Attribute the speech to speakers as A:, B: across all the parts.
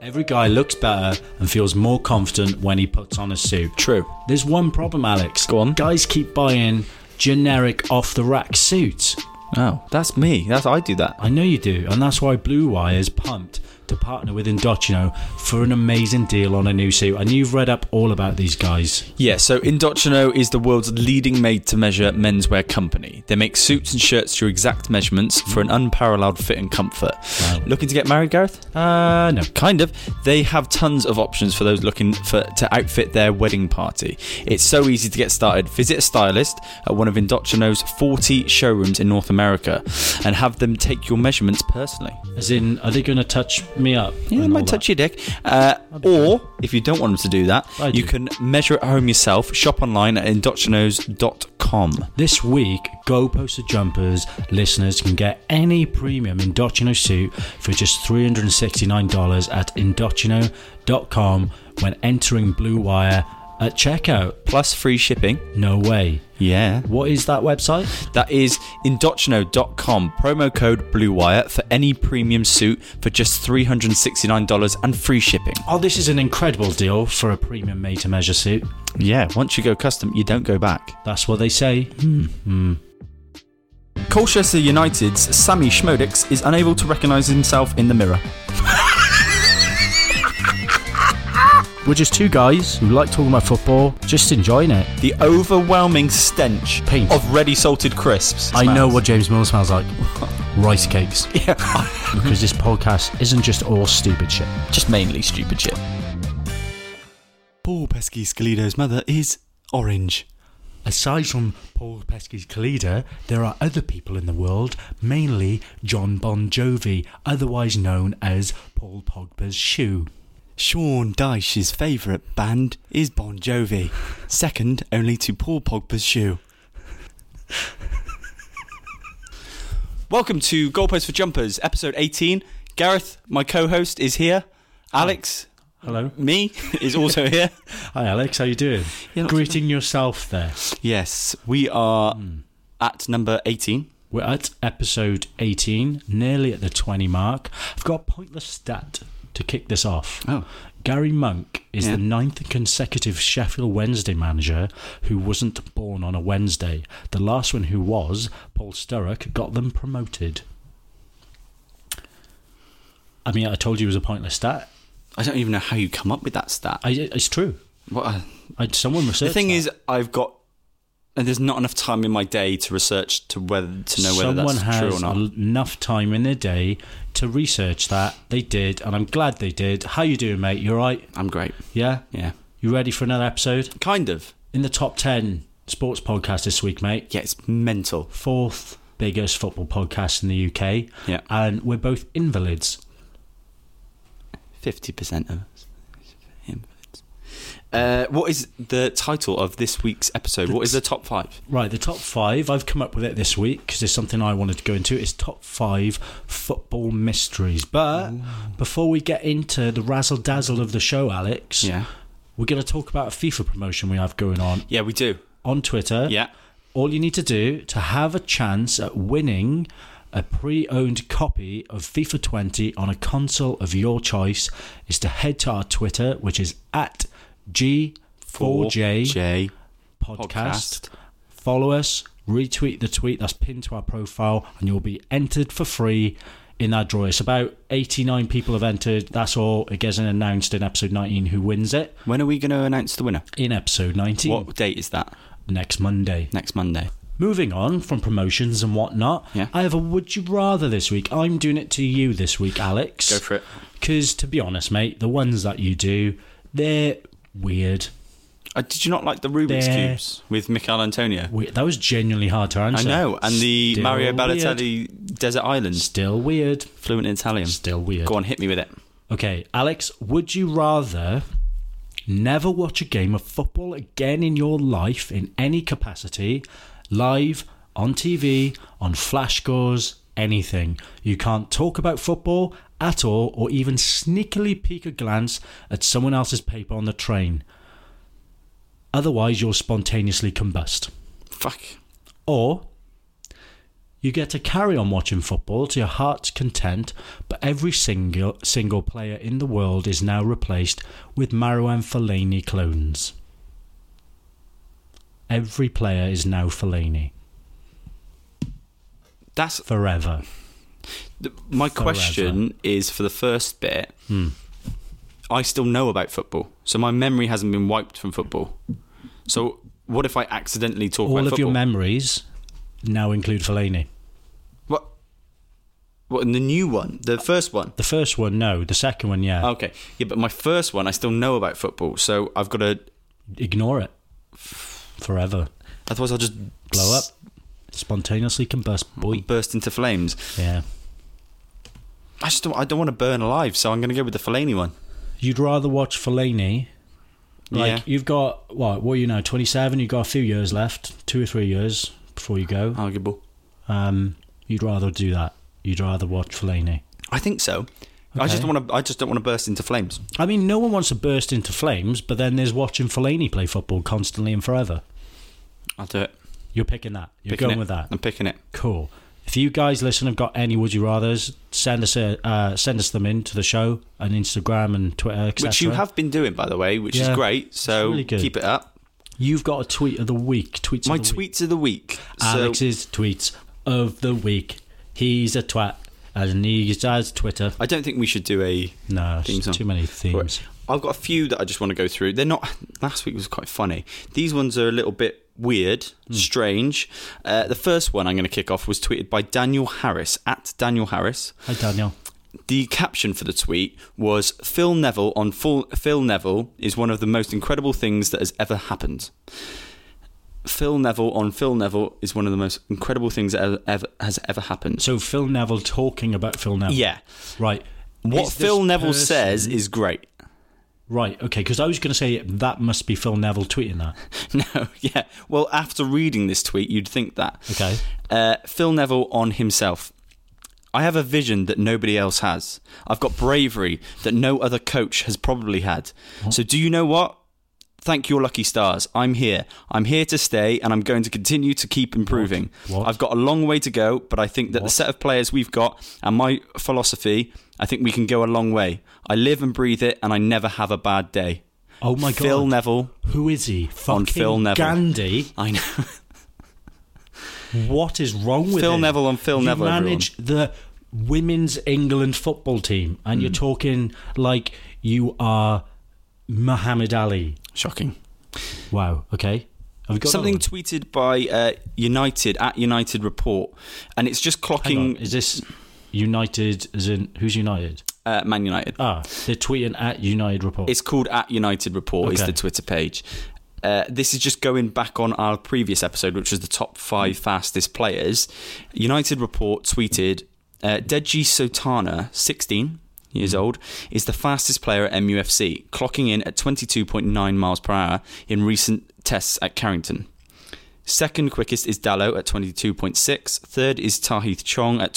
A: Every guy looks better and feels more confident when he puts on a suit.
B: True.
A: There's one problem, Alex.
B: Go on.
A: Guys keep buying generic off the rack suits.
B: Oh, that's me. That's I do that.
A: I know you do, and that's why Blue Wire is pumped to partner with Indochino for an amazing deal on a new suit. And you've read up all about these guys.
B: Yeah, so Indochino is the world's leading made to measure menswear company. They make suits and shirts to exact measurements for an unparalleled fit and comfort.
A: Wow.
B: Looking to get married, Gareth?
A: Uh, no.
B: Kind of. They have tons of options for those looking for to outfit their wedding party. It's so easy to get started. Visit a stylist at one of Indochino's 40 showrooms in North America and have them take your measurements personally.
A: As in, are they going to touch me up?
B: Yeah, they
A: and
B: might
A: all
B: touch
A: that?
B: your dick. Uh, or if you don't want them to do that,
A: I
B: you
A: do.
B: can measure at home yourself. Shop online at indochinos.com.
A: This week, Go Poster Jumpers listeners can get any premium Indochino suit for just $369 at Indochino.com when entering Blue Wire at checkout.
B: Plus free shipping.
A: No way.
B: Yeah.
A: What is that website?
B: That is indochino.com. Promo code BlueWire for any premium suit for just $369 and free shipping.
A: Oh, this is an incredible deal for a premium made to measure suit.
B: Yeah, once you go custom, you don't go back.
A: That's what they say.
B: Colchester United's Sammy Schmodix is unable to recognise himself in the mirror.
C: We're just two guys who like talking about football, just enjoying it.
B: The overwhelming stench
C: Paint.
B: of ready salted crisps.
C: I know
B: smells.
C: what James Miller smells like. Rice cakes.
A: Mm-hmm.
C: because this podcast isn't just all stupid shit.
B: Just mainly stupid shit.
D: Paul Pesky Scalido's mother is orange.
A: Aside from Paul Pesky's Kalida, there are other people in the world, mainly John Bon Jovi, otherwise known as Paul Pogba's shoe.
D: Sean Dyche's favourite band is Bon Jovi, second only to Paul Pogba's shoe.
B: Welcome to Goalpost for Jumpers, episode 18. Gareth, my co host, is here. Alex,
A: Hello.
B: me, is also here.
A: Hi, Alex. How you doing?
B: Yeah, not too
A: Greeting yourself there.
B: Yes, we are at number 18.
A: We're at episode 18, nearly at the 20 mark. I've got a pointless stat to kick this off.
B: Oh.
A: Gary Monk is
B: Yeah.
A: the ninth consecutive Sheffield Wednesday manager who wasn't born on a Wednesday. The last one who was, Paul Sturrock, got them promoted. I mean, I told you it was a pointless stat.
B: I don't even know how you come up with that stat.
A: I, it's true.
B: What a-
A: I, someone researched
B: the thing
A: that.
B: is, I've got. And there's not enough time in my day to research to whether to know whether
A: someone
B: that's
A: has
B: true or not.
A: l- enough time in their day to research that they did and i'm glad they did how you doing mate you all right
B: I'm great.
A: yeah
B: Yeah,
A: you ready for another episode
B: kind of.
A: in the top 10 sports podcast this week mate
B: Yeah, it's mental.
A: fourth biggest football podcast in the uk
B: Yeah.
A: and we're both invalids
B: Fifty percent of us. Invalids. Uh, what is the title of this week's episode? What is the top five?
A: right the top five i've come up with it this week because it's something i wanted to go into it's top five football mysteries but before we get into the razzle dazzle of the show alex
B: Yeah,
A: we're going to talk about a fifa promotion we have going on
B: yeah, we do.
A: on Twitter.
B: Yeah,
A: All you need to do to have a chance at winning a pre owned copy of FIFA 20 on a console of your choice is to head to our Twitter, which is at G4J
B: J
A: Podcast. Follow us, retweet the tweet that's pinned to our profile, and you'll be entered for free. In that draw, it's about 89 people have entered. That's all. It gets announced in episode 19 who wins it.
B: When are we going to announce the winner?
A: In episode 19,
B: What date is that?
A: next Monday.
B: Next Monday.
A: Moving on from promotions and whatnot,
B: Yeah.
A: I have a would you rather this week. I'm doing it to you this week, Alex.
B: Go for it.
A: Because to be honest, mate, the ones that you do, they're weird.
B: Uh, did you not like the Rubik's
A: There.
B: cubes with Michael Antonio?
A: We- that was genuinely hard to
B: I
A: answer.
B: know, and the
A: Still
B: Mario
A: weird.
B: Balotelli Desert Island,
A: Still weird.
B: fluent in Italian.
A: Still weird.
B: Go on, hit me with it.
A: Okay, Alex, would you rather never watch a game of football again in your life in any capacity, live, on TV, on flash scores, anything? You can't talk about football at all or even sneakily peek a glance at someone else's paper on the train. Otherwise, you'll spontaneously combust.
B: Fuck.
A: Or You get to carry on watching football to your heart's content, but every single single player in the world is now replaced with Marouane Fellaini clones. Every player is now Fellaini
B: That's
A: forever.
B: th- my
A: Forever.
B: question is for the first bit.
A: Hmm.
B: I still know about football, so my memory hasn't been wiped from football. So what if I accidentally talk
A: All
B: about
A: of
B: football?
A: your memories now include Fellaini.
B: what? What in the new one? The first one.
A: The first one, no. The second one, yeah.
B: Okay, yeah, but my first one, I still know about football, so I've got to.
A: Ignore it forever.
B: Otherwise, I'll just
A: Blow up. Spontaneously combust, boy.
B: burst into flames.
A: Yeah.
B: I just don't, I don't want to burn alive, so I'm going to go with the Fellaini one.
A: You'd rather watch Fellaini. Like
B: Yeah.
A: you've got what? What are you now? Twenty seven. You've got a few years left, two or three years before you go.
B: Arguable.
A: Um, you'd rather do that. You'd rather watch Fellaini.
B: I think so. I just
A: Okay.
B: want to. I just don't want to burst into flames.
A: I mean, no one wants to burst into flames, but then there's watching Fellaini play football constantly and forever.
B: I'll do it.
A: You're picking that. You're
B: Picking
A: going
B: it.
A: with that.
B: I'm picking it.
A: Cool. If you guys listen have got any would you rather's, send us a, uh, send us them in to the show on Instagram and Twitter, etc.
B: Which you have been doing, by the way, which
A: Yeah.
B: is great. So
A: really good.
B: keep it up.
A: You've got a tweet of the week. Tweets.
B: My
A: of the week.
B: tweets of the week. so
A: Alex's tweets of the week. He's a twat and he has Twitter.
B: I don't think we should do a.
A: No,
B: Theme
A: it's
B: song.
A: too many themes.
B: I've got a few that I just want to go through. They're not. Last week was quite funny. These ones are a little bit weird,
A: Hmm.
B: strange. Uh, the first one I'm going to kick off was tweeted by Daniel Harris at Daniel Harris.
A: Hi Daniel.
B: The caption for the tweet was Phil Neville on full, Phil Neville is one of the most incredible things that has ever happened. Phil Neville on Phil Neville is one of the most incredible things that ever, ever has ever happened.
A: So Phil Neville talking about Phil Neville.
B: yeah.
A: Right.
B: What
A: Is this
B: Phil Neville
A: person-
B: says is great.
A: Right. Okay. Because I was going to say that must be Phil Neville tweeting that.
B: No, yeah. Well, after reading this tweet, you'd think that.
A: Okay.
B: Uh, Phil Neville on himself. I have a vision that nobody else has. I've got bravery that no other coach has probably had. So, do you know what? Thank your lucky stars. I'm here. I'm here to stay, and I'm going to continue to keep improving.
A: What? What?
B: I've got a long way to go, but I think that the set of players we've got and my philosophy, I think we can go a long way. I live and breathe it, and I never have a bad day.
A: Oh my
B: Phil
A: god.
B: Neville.
A: Who is he? Fucking
B: On Phil Neville.
A: Gandhi.
B: I know.
A: What is wrong with
B: Phil
A: him?
B: Neville on Phil
A: you
B: Neville. everyone.
A: manage the women's England football team, and
B: Mm.
A: you're talking like you are Muhammad Ali.
B: Shocking.
A: Wow. Okay. Have we got
B: Something
A: another
B: tweeted by uh, United at United Report, and it's just
A: one? Hang on,
B: clocking
A: Is this United? As in who's United?
B: uh, Man United.
A: Ah, they're tweeting at United Report.
B: It's called at United Report. Is
A: Okay.
B: the Twitter page. Uh, this is just going back on our previous episode, which was the top five fastest players. United Report tweeted uh, Deji Sotana, 16 years old, is the fastest player at MUFC, clocking in at 22.9 miles per hour in recent tests at Carrington. Second quickest is Dallo at 22.6. Third is Tahith Chong at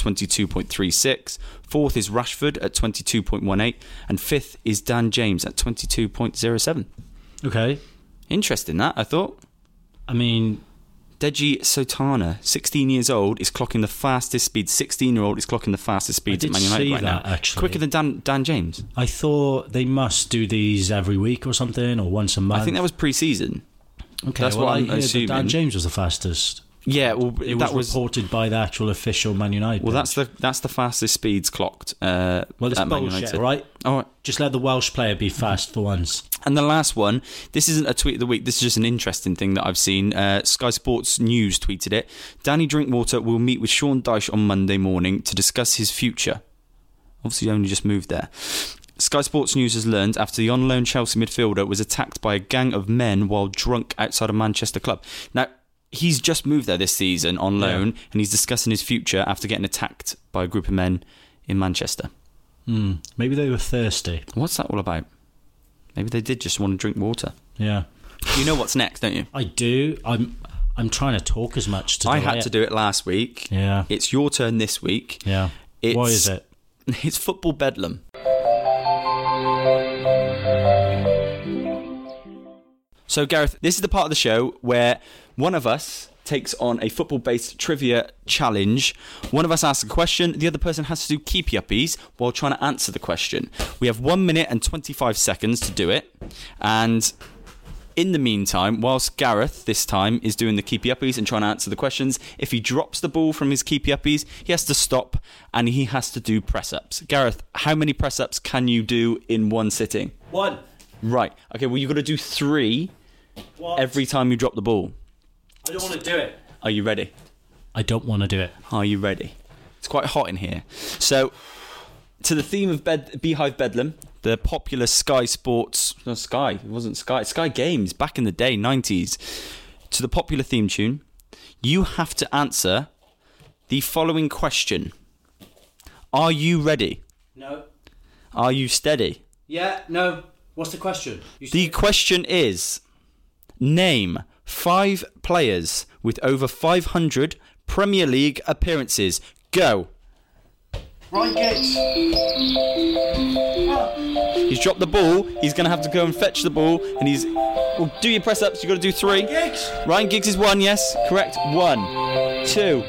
B: 22.36. Fourth is Rashford at 22.18. And fifth is Dan James at 22.07.
A: okay.
B: Interesting that, I thought.
A: I mean,
B: Deji Sotana, 16 years old, is clocking the fastest speed. 16 year old is clocking the fastest speed
A: did
B: at Man United
A: see
B: right
A: that,
B: now.
A: actually.
B: Quicker than Dan, Dan James.
A: I thought they must do these every week or something, or once a month.
B: I think that was pre season.
A: okay.
B: that's
A: well,
B: what
A: I
B: I'm
A: hear that Dan
B: assuming.
A: James was the fastest.
B: Yeah, well,
A: It
B: that
A: was
B: was.
A: reported by the actual official Man United.
B: well,
A: page.
B: that's the that's the fastest speeds clocked. Uh,
A: well, it's
B: at Man
A: bullshit,
B: United.
A: right?
B: All right.
A: Just let the Welsh player be fast for once.
B: And the last one, this isn't a tweet of the week. This is just an interesting thing that I've seen. Uh, Sky Sports News tweeted it. Danny Drinkwater will meet with Sean Dyche on Monday morning to discuss his future. Obviously, he only just moved there. Sky Sports News has learned after the on loan Chelsea midfielder was attacked by a gang of men while drunk outside a Manchester club. Now, he's just moved there this season on loan and he's discussing his future after getting attacked by a group of men in Manchester.
A: Hmm. Maybe they were thirsty.
B: What's that all about? Maybe they did just want to drink water.
A: Yeah,
B: You know what's next, don't you?
A: I do. I'm I'm trying to talk as much today.
B: I had to do it last week.
A: Yeah,
B: It's your turn this week.
A: yeah.
B: It's-
A: Why is it?
B: It's football bedlam. So, Gareth, this is the part of the show where one of us takes on a football based trivia challenge. One of us asks a question, the other person has to do keep yuppies while trying to answer the question. We have one minute and 25 seconds to do it. And in the meantime, whilst Gareth this time is doing the keepy uppies and trying to answer the questions, if he drops the ball from his keepy uppies, he has to stop and he has to do press ups. Gareth, how many press ups can you do in one sitting?
A: One.
B: Right. Okay, well, you've got to do three
A: What?
B: every time you drop the ball.
A: I don't want to do it.
B: Are you ready?
A: I don't want to do it.
B: Are you ready? It's quite hot in here. So, to the theme of bed- Beehive Bedlam, the popular Sky Sports, no, Sky, it wasn't Sky, Sky Games back in the day, 90s, to the popular theme tune, you have to answer the following question Are you ready?
A: No.
B: Are you steady?
A: Yeah, no. What's the question? You
B: The question is Name five players with over 500 Premier League appearances. Go.
A: Ryan Giggs. Ah,
B: He's dropped the ball. He's going to have to go and fetch the ball. And he's. Well, do your press ups. You've got to do three.
A: Giggs.
B: Ryan Giggs is one, yes. Correct. One, two,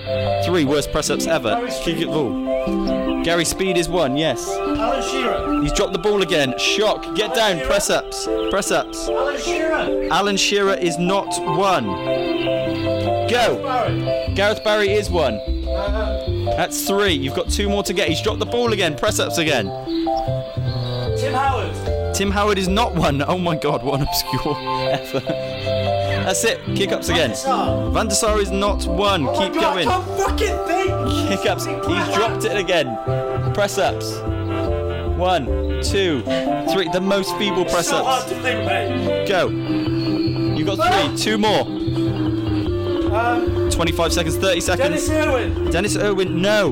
B: three. Worst press ups ever.
A: Gary Speed.
B: Kick it ball. Gary Speed is one, yes.
A: Alan Shearer.
B: He's dropped the ball again. Shock. Get down. Press ups. Press ups.
A: Alan Shearer.
B: Alan Shearer is not one. Go.
A: Barrett.
B: Gareth Barry is one. That's three. You've got two more to get. He's dropped the ball again. Press ups again.
A: Tim Howard.
B: Tim Howard is not one. Oh my god, what an obscure effort. That's it. Kick ups again.
A: Sar.
B: Van der Sar is not one.
A: Oh
B: Keep going.
A: fucking think.
B: Kick ups. He's dropped it again. Press ups. One, two, three. The most feeble press ups.
A: to think, mate.
B: Go. You got three. Two more. 25 seconds, 30 seconds.
A: Irwin.
B: Dennis Irwin, no.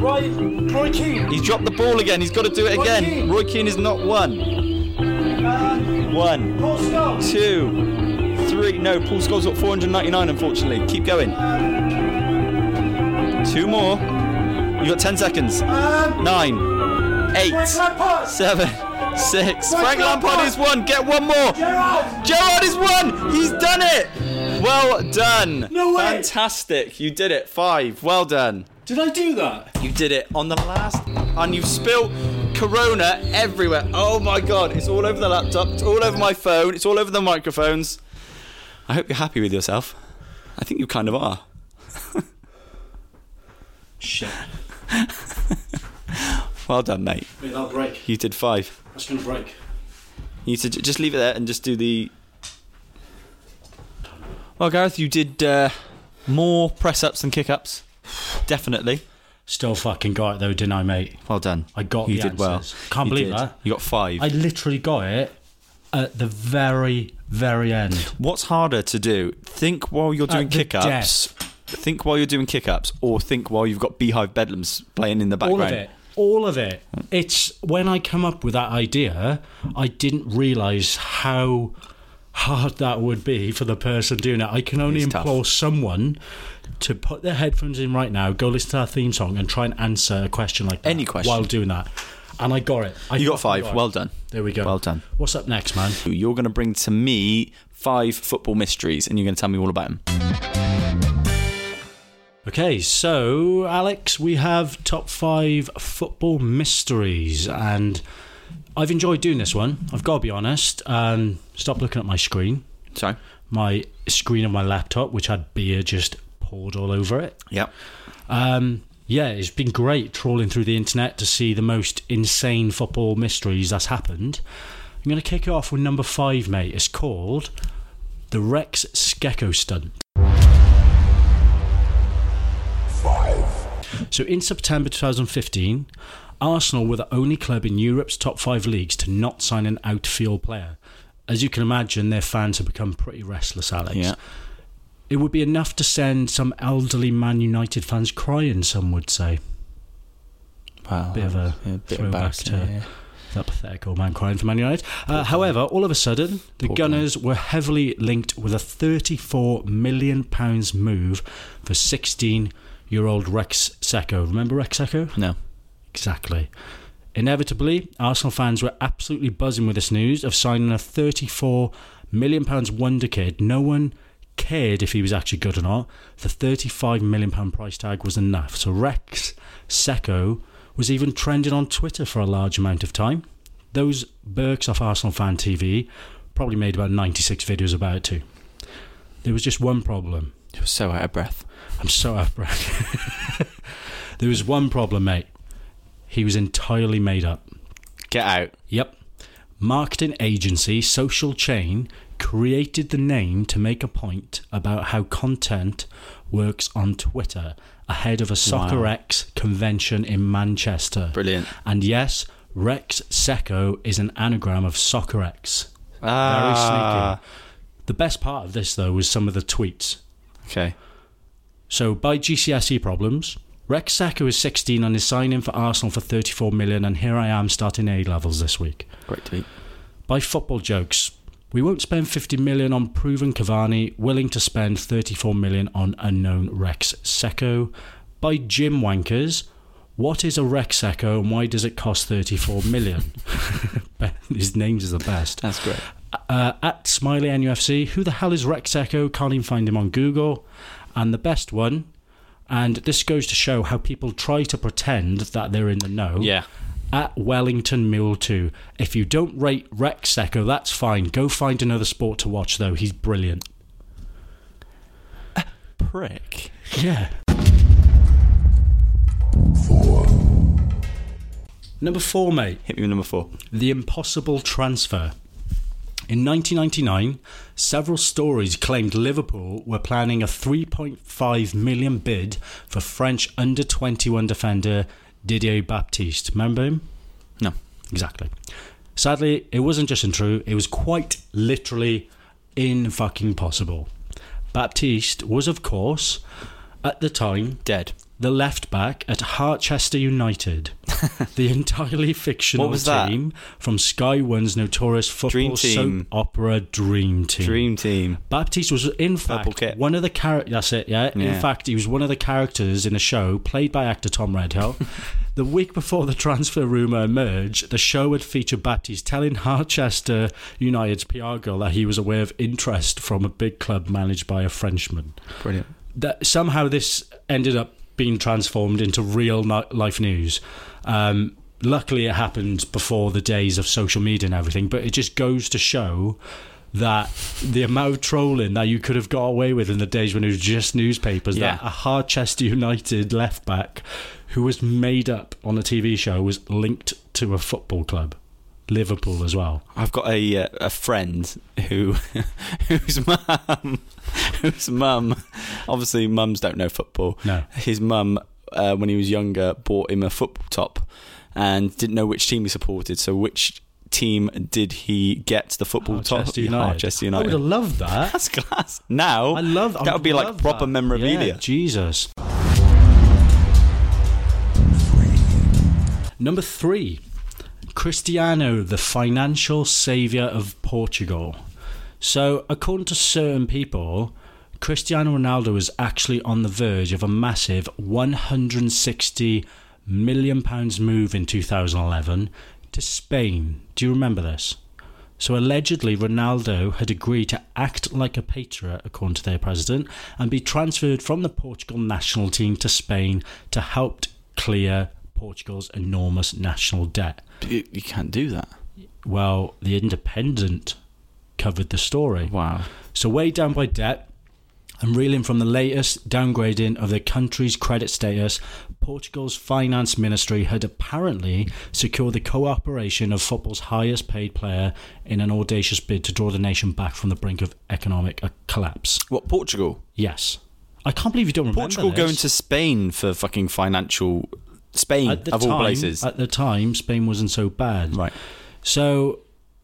A: Ryan. Roy Keane.
B: He's dropped the ball again. He's got to do it
A: Roy
B: again.
A: Keane.
B: Roy Keane is not one.
A: Uh,
B: One.
A: Paul Scholes.
B: two, three. No, Paul Scholes got 499, unfortunately. Keep going. Two more. You got 10 seconds.
A: Um,
B: Nine, eight,
A: Lampard.
B: seven, six.
A: Frank
B: Frank Lampard
A: Lampard.
B: is one. Get one more.
A: Gerrard.
B: Gerard is one. He's done it. Well done.
A: No way.
B: Fantastic. You did it. Five. Well done.
A: Did I do that?
B: You did it on the last, and you've spilt Corona everywhere. Oh my God! It's all over the laptop. It's all over my phone. It's all over the microphones. I hope you're happy with yourself. I think you kind of are.
A: Shit.
B: Well done, mate.
A: Wait, that'll break.
B: You did five.
A: That's gonna break.
B: You need to j- just leave it there and just do the. Well, Gareth, you did uh, more press ups than kick ups. Definitely.
A: Still fucking got it though, didn't I, mate?
B: Well done.
A: I got
B: you
A: the
B: did well.
A: answers. Can't
B: You
A: believe
B: did.
A: that.
B: You got five.
A: I literally got it at the very, very end.
B: What's harder to do? Think while you're doing
A: At the
B: kick ups. Think while you're doing kick ups, or think while you've got Beehive Bedlams playing in the
A: All
B: background.
A: of it. All of it. It's when I come up with that idea, I didn't realise how hard that would be for the person doing it. I can only
B: It's tough.
A: implore someone to put their headphones in right now, go listen to our theme song and try and answer a question like that.
B: Any question.
A: While doing that. And I got it. I
B: You got
A: fucking
B: five.
A: it.
B: Well done.
A: There we go.
B: Well done.
A: What's up next, man?
B: You're going to bring to me five football mysteries, and you're going to tell me all about them.
A: Okay, so Alex, we have top five football mysteries, and I've enjoyed doing this one. I've got to be honest. Um, stop looking at my screen,
B: Sorry.
A: my screen of my laptop, which had beer just poured all over it.
B: Yep.
A: Um, yeah, it's been great trawling through the internet to see the most insane football mysteries that's happened. I'm going to kick it off with number five, mate. It's called the Rex Skecko Stunt. So in September 2015, Arsenal were the only club in Europe's top five leagues to not sign an outfield player. As you can imagine, their fans have become pretty restless, Alex.
B: Yeah.
A: It would be enough to send some elderly Man United fans crying, some would say.
B: Wow.
A: Bit of a
B: yeah, bit of
A: throwback
B: back,
A: to-
B: yeah, yeah.
A: That pathetic old man crying for Man United. Uh, however, all of a sudden, the
B: Poor guy.
A: Gunners were heavily linked with a £34 million move for 16 year old Rex Secco. Remember Rex Secco?
B: No.
A: Exactly. Inevitably, Arsenal fans were absolutely buzzing with this news of signing a £34 million wonder kid no one cared if he was actually good or not. The £35 million price tag was enough. So Rex Secco was even trending on Twitter for a large amount of time. Those Burks off Arsenal Fan TV probably made about 96 videos about it too. There was just one problem.
B: You're so out of breath.
A: I'm so out of breath. there was one problem, mate. He was entirely made up.
B: Get out.
A: Yep. Marketing agency Social Chain created the name to make a point about how content works on Twitter ahead of a Soccer X convention in Manchester.
B: Brilliant.
A: And yes, Rex Secco is an anagram of Soccer X. Very
B: Ah,
A: sneaky. The best part of this, though, was some of the tweets.
B: Okay.
A: So by GCSE E problems, Rex Sacco is 16 and is signing for Arsenal for 34 million and here I am starting A levels this week.
B: Great tweet.
A: By football jokes, we won't spend 50 million on proven Cavani, willing to spend 34 million on unknown Rex Secco. By Jim Wankers, what is a Rex Secco and why does it cost 34 million? His names is the best.
B: That's great.
A: Uh, at Smiley NUFC, who the hell is Rex Echo? Can't even find him on Google. And the best one, and this goes to show how people try to pretend that they're in the know.
B: Yeah.
A: At Wellington Mule 2. If you don't rate Rex Echo, that's fine. Go find another sport to watch, though. He's brilliant.
B: Prick.
A: Yeah. Number four, mate.
B: Hit me with number four.
A: The Impossible Transfer. In 1999, several stories claimed Liverpool were planning a 3.5 million bid for French under 21 defender Didier Baptiste. Remember him?
B: No.
A: Exactly. Sadly, it wasn't just untrue, it was quite literally in fucking possible. Baptiste was, of course, at the time,
B: Dead.
A: the left back at Harchester United, the entirely fictional
B: What was that?
A: team from Sky One's notorious
B: Dream
A: football
B: Team.
A: soap opera Dream Team.
B: Dream team.
A: Baptiste was in fact
B: kit.
A: one of the characters. That's it, yeah?
B: Yeah.
A: In fact, he was one of the characters in the show played by actor Tom Redhill. the week before the transfer rumor emerged, the show had featured Baptiste telling Harchester United's PR girl that he was aware of interest from a big club managed by a Frenchman
B: Brilliant.
A: that somehow this ended up being transformed into real ni- life news. Um, luckily, it happened before the days of social media and everything, but it just goes to show that the amount of trolling that you could have got away with in the days when it was just newspapers
B: Yeah.
A: that a Harchester United left back who was made up on a TV show was linked to a football club, Liverpool as well.
B: I've got a uh, a friend who whose mum whose mum obviously mums don't know football.
A: No.
B: His mum uh, when he was younger bought him a football top and didn't know which team he supported. So which team did he get the football top?
A: Harchester
B: Yeah,
A: United.
B: Harchester
A: I would
B: United.
A: have loved that.
B: That's class. Now
A: I love I
B: that would be like
A: love
B: proper
A: that.
B: memorabilia.
A: Yeah, Jesus. Number three, Cristiano, the financial savior of Portugal. So, according to certain people, Cristiano Ronaldo is actually on the verge of a massive 160 million pounds move in 2011 to Spain. Do you remember this? So allegedly, Ronaldo had agreed to act like a patriot, according to their president, and be transferred from the Portugal national team to Spain to help clear Portugal's enormous national debt.
B: You, you can't do that.
A: Well, The Independent covered the story.
B: Wow.
A: So, weighed down by debt and reeling from the latest downgrading of the country's credit status, Portugal's finance ministry had apparently secured the cooperation of football's highest paid player in an audacious bid to draw the nation back from the brink of economic uh, collapse.
B: What Portugal?
A: Yes. I can't believe you don't remember
B: Portugal
A: this.
B: going to Spain for fucking financial Spain
A: at the
B: of
A: time,
B: all places.
A: At the time, Spain wasn't so bad.
B: right.
A: So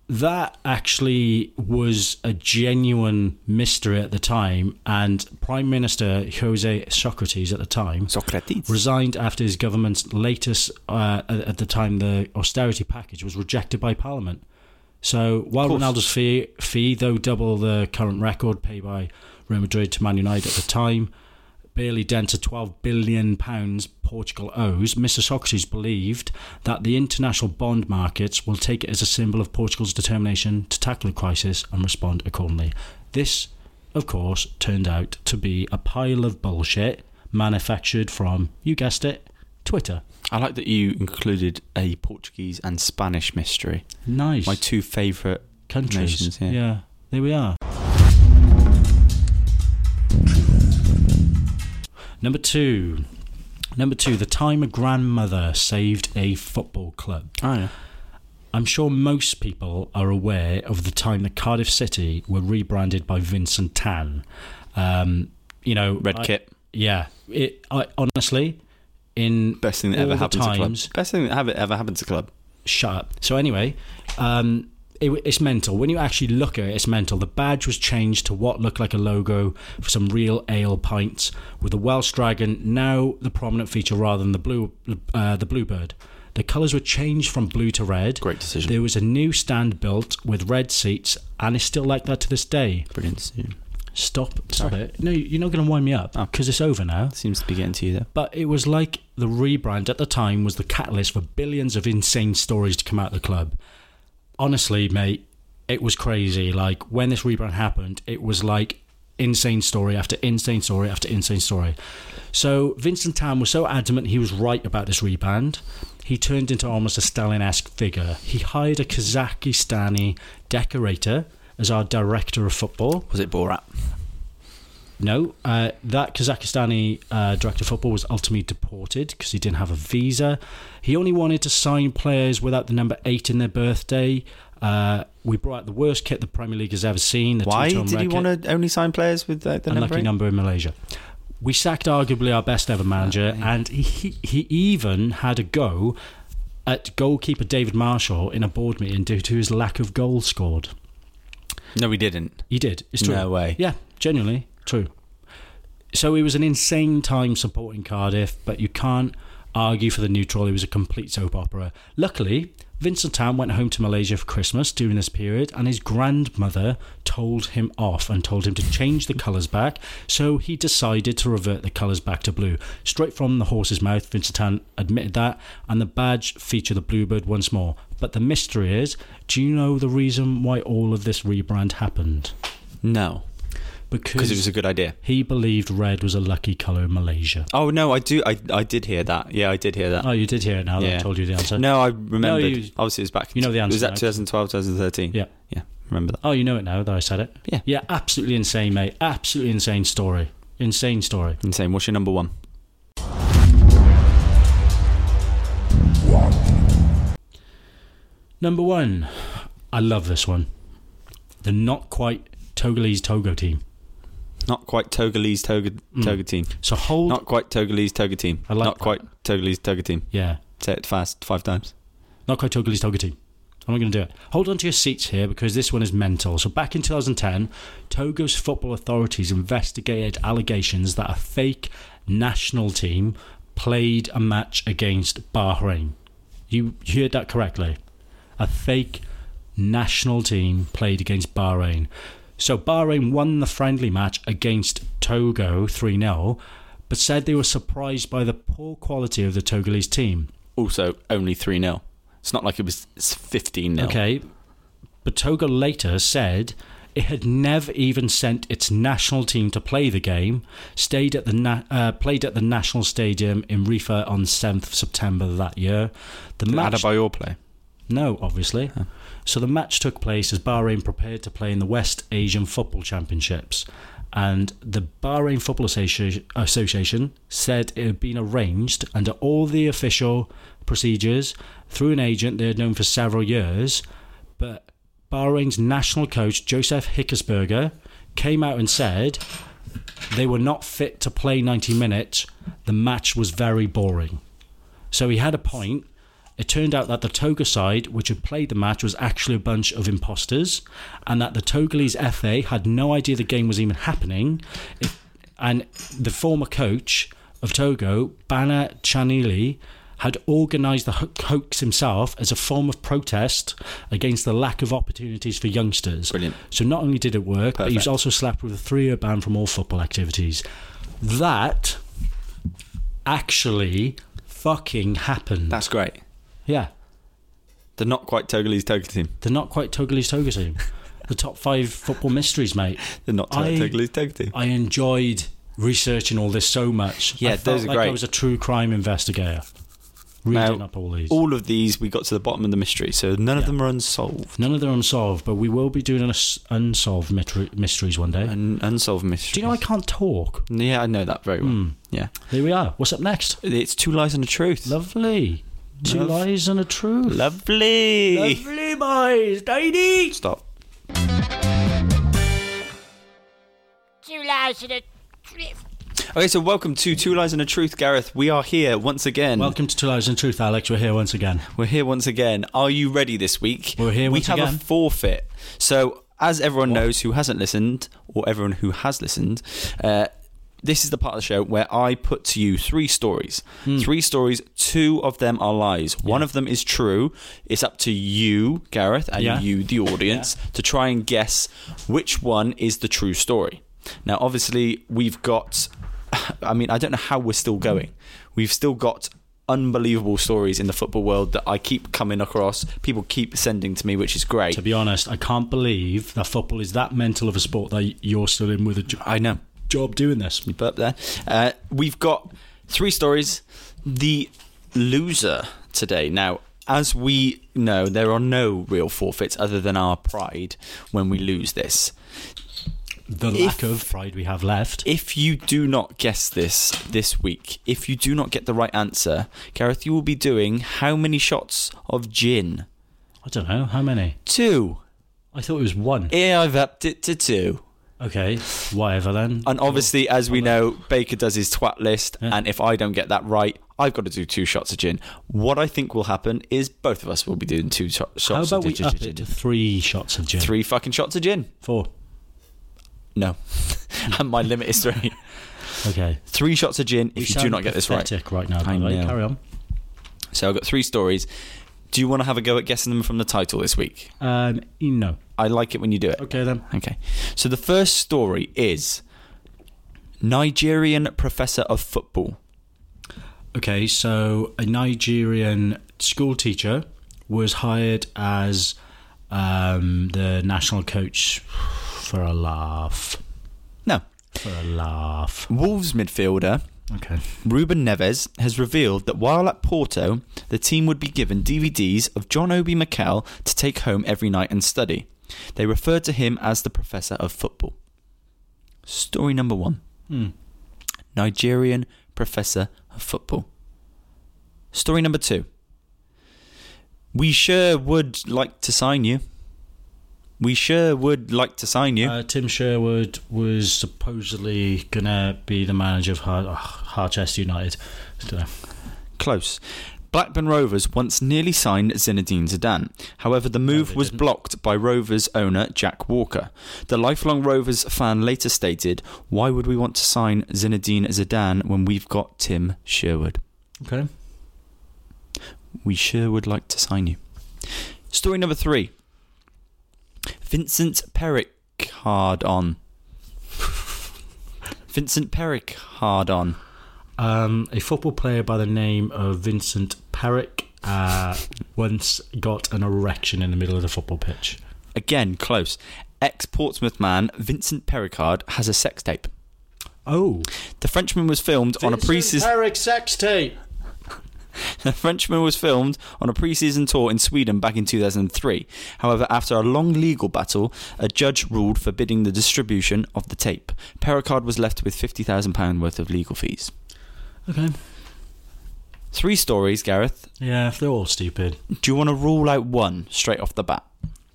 A: that actually was a genuine mystery at the time, and Prime Minister Jose Socrates at the time
B: Socrates.
A: resigned after his government's latest, uh, at at the time, the austerity package was rejected by Parliament. So while
B: course.
A: Ronaldo's fee, fee, though double the current record paid by Real Madrid to Man United at the time, barely dent to £12 billion Portugal owes, Mr Socrates believed that the international bond markets will take it as a symbol of Portugal's determination to tackle the crisis and respond accordingly. This of course, turned out to be a pile of bullshit manufactured from, you guessed it, Twitter.
B: I like that you included a Portuguese and Spanish mystery.
A: Nice.
B: My two favourite.
A: countries.
B: nations,
A: yeah.
B: yeah.
A: there we are. Number two. Number two, the time a grandmother saved a football club.
B: Oh, yeah.
A: I'm sure most people are aware of the time that Cardiff City were rebranded by Vincent Tan. Um, you know,
B: Red
A: I-
B: kit.
A: Yeah, it. I honestly, in
B: Best thing that
A: all
B: ever
A: the
B: happened to club.
A: times-
B: Best thing that have- ever happened to club.
A: shut up. So anyway, um, it, it's mental. When you actually look at it, it's mental. The badge was changed to what looked like a logo for some real ale pints, with the Welsh dragon now the prominent feature rather than the blue uh, the bluebird. The colours were changed from blue to red.
B: Great decision.
A: There was a new stand built with red seats, and it's still like that to this day.
B: Brilliant decision.
A: Stop, stop it. No, you're not going to wind me up
B: Oh.
A: because it's over now.
B: Seems to be getting to you there.
A: But it was like the rebrand at the time was the catalyst for billions of insane stories to come out of the club. Honestly, mate, it was crazy. Like when this rebrand happened, it was like insane story after insane story after insane story. So Vincent Tan was so adamant he was right about this rebrand. He turned into almost a Stalin-esque figure. He hired a Kazakhstani decorator as our director of football.
B: Was it Borat?
A: No, uh, that Kazakhstani uh, director of football was ultimately deported because he didn't have a visa. He only wanted to sign players without the number eight in their birthday. Uh, we brought out the worst kit the Premier League has ever seen. The
B: Why
A: two-tone
B: did
A: red
B: he
A: kit.
B: want to only sign players with uh, the
A: unlucky
B: number? eight?
A: number in Malaysia? We sacked arguably our best ever manager, and he, he even had a go at goalkeeper David Marshall in a board meeting due to his lack of goals scored.
B: No, we didn't.
A: He did. It's true.
B: No way.
A: Yeah, genuinely true. So it was an insane time supporting Cardiff, but you can't argue for the neutral. It was a complete soap opera. Luckily, Vincent Tan went home to Malaysia for Christmas during this period, and his grandmother told him off and told him to change the colours back. So he decided to revert the colours back to blue. Straight from the horse's mouth, Vincent Tan admitted that, and the badge featured the bluebird once more. But the mystery is do you know the reason why all of this rebrand happened?
B: No, because
A: Because
B: it was a good idea.
A: he believed red was a lucky colour in Malaysia.
B: Oh no, I do. I I did hear that. Yeah, I did hear that.
A: Oh, you did hear it now that I
B: Yeah.
A: told you the answer.
B: No, I remembered.
A: Uh, you-
B: Obviously, it was back.
A: you know the answer
B: Was that
A: now.
B: 2012, 2013?
A: Yeah.
B: yeah. Remember that?
A: Oh, you know it now that I said it.
B: Yeah.
A: Yeah, absolutely insane, mate. Absolutely insane story. Insane story.
B: Insane. What's your number one?
A: Number one. I love this one. The not quite Togolese Togo team.
B: Not quite Togolese Toga Toga team.
A: So hold.
B: Not quite Togolese Toga team.
A: Hmm. I like
B: Not
A: that.
B: quite Togolese Toga team.
A: yeah.
B: Say it fast five times.
A: Not quite Togolese Togo team. I'm not going to do it. Hold on to your seats here because this one is mental. So, back in 2010, Togo's football authorities investigated allegations that a fake national team played a match against Bahrain. You heard that correctly. A fake national team played against Bahrain. So, Bahrain won the friendly match against Togo 3 0, but said they were surprised by the poor quality of the Togolese team.
B: Also, only three 0 It's not like it was fifteen 0
A: Okay. But Togo later said it had never even sent its national team to play the game. Stayed at the na- uh, played at the national stadium in Rifa on seventh September that year. The match
B: Adebayor play.
A: no, obviously. So the match took place as Bahrain prepared to play in the West Asian Football Championships. And the Bahrain Football Associ- Association said it had been arranged under all the official procedures through an agent they had known for several years. But Bahrain's national coach, Joseph Hickersberger, came out and said they were not fit to play 90 minutes. The match was very boring. So he had a point. It turned out that the Togo side, which had played the match, was actually a bunch of imposters, and that the Togolese FA had no idea the game was even happening. It- and the former coach of Togo, Bana Chanili, had organised the ho- hoax himself as a form of protest against the lack of opportunities for youngsters.
B: Brilliant.
A: So not only did it work, but he was
B: Perfect.
A: also slapped with a three-year ban from all football activities. That actually fucking happened.
B: That's great.
A: yeah,
B: The not quite Togolese Toga team.
A: they're not quite Togolese Togo team. the top five football mysteries, mate.
B: They're not
A: I-
B: Tiddly's tag team.
A: I enjoyed researching all this so much.
B: Yeah,
A: I
B: those
A: felt
B: are
A: like I
B: great.
A: was a true crime investigator, reading
B: Now,
A: up all these.
B: All of these, we got to the bottom of the mystery, so none of them are unsolved.
A: None of them are unsolved, but we will be doing an us- unsolved myter- mysteries one day.
B: Un- unsolved mysteries.
A: Do you know I can't talk?
B: Yeah, I know that very well.
A: Hmm.
B: Yeah.
A: Here we are. What's up next?
B: It's two lies and a truth.
A: Lovely. Two
B: Love-
A: lies and a truth.
B: Lovely.
A: Lovely, boys. Daddy.
B: Stop.
E: Two lies and a truth.
B: Okay, so welcome to Two Lies and a Truth, Gareth. We are here once again.
A: Welcome to Two Lies and a Truth, Alex. We're here once again.
B: We're here once again. Are you ready this week?
A: We're here
B: We
A: once
B: have
A: again.
B: a forfeit. So, as everyone knows who hasn't listened, or everyone who has listened, uh, this is the part of the show where I put to you three stories.
A: Hmm.
B: Three stories, two of them are lies. One of them is true. It's up to you, Gareth, and
A: Yeah.
B: you, the audience, to try and guess which one is the true story. Now, obviously, we've got. I mean, I don't know how we're still going. We've still got unbelievable stories in the football world that I keep coming across. People keep sending to me, which is great.
A: To be honest, I can't believe that football is that mental of a sport that you're still in with a jo-
B: I know.
A: job doing this.
B: You burp there. Uh, we've got three stories. The loser today. Now, as we know, there are no real forfeits other than our pride when we lose this.
A: The lack of pride we have left.
B: If you do not guess this this week, if you do not get the right answer, Gareth, you will be doing how many shots of gin?
A: I don't know. How many?
B: Two.
A: I thought it was one.
B: Yeah, I've upped it to two.
A: Okay, whatever then.
B: And obviously, as we know, Baker does his twat list, and if I don't get that right, I've got to do two shots of gin. What I think will happen is both of us will be doing two cho-
A: How
B: shots
A: about
B: of
A: we
B: gin.
A: up it to three shots of gin?
B: Three fucking shots of gin.
A: Four.
B: No. and my limit is three.
A: Okay.
B: three shots of gin if
A: We
B: you do
A: sound
B: not get this right.
A: pathetic right now, by
B: I
A: the way.
B: know.
A: Carry on.
B: So I've got three stories. Do you want to have a go at guessing them from the title this week?
A: Um, no.
B: I like it when you do it.
A: Okay then.
B: Okay. So the first story is Nigerian professor of football.
A: Okay, so a Nigerian school teacher was hired as um, the national coach for a laugh.
B: No.
A: For a laugh.
B: Wolves midfielder
A: Okay.
B: Ruben Neves has revealed that while at Porto, the team would be given DVDs of John Obi Mikel to take home every night and study. They referred to him as the professor of football. Story number one
A: Hmm.
B: Nigerian professor of football. Story number two We sure would like to sign you. We sure would like to sign you.
A: Uh, Tim Sherwood was supposedly gonna be the manager of Har- oh, Harchester United. Dunno.
B: Close. Blackburn Rovers once nearly signed Zinedine Zidane. However, the move
A: they
B: was
A: didn't.
B: blocked by Rovers owner Jack Walker. The lifelong Rovers fan later stated, Why would we want to sign Zinedine Zidane when we've got Tim Sherwood?
A: Okay.
B: We sure would like to sign you. Story number three Vincent Peric hard on. Vincent Peric hard on.
A: Um, a football player by the name of Vincent Perrick uh, once got an erection in the middle of the football pitch.
B: Again, close. Ex Portsmouth man Vincent Pericard has a sex tape.
A: Oh,
B: The Frenchman was filmed on a preseason.
A: Perrick sex tape.
B: the Frenchman was filmed on a preseason tour in Sweden back in 2003. However, after a long legal battle, a judge ruled forbidding the distribution of the tape. Pericard was left with fifty thousand pound worth of legal fees.
A: Okay.
B: Three stories, Gareth.
A: Yeah, they're all stupid.
B: Do you want to rule out one straight off the bat?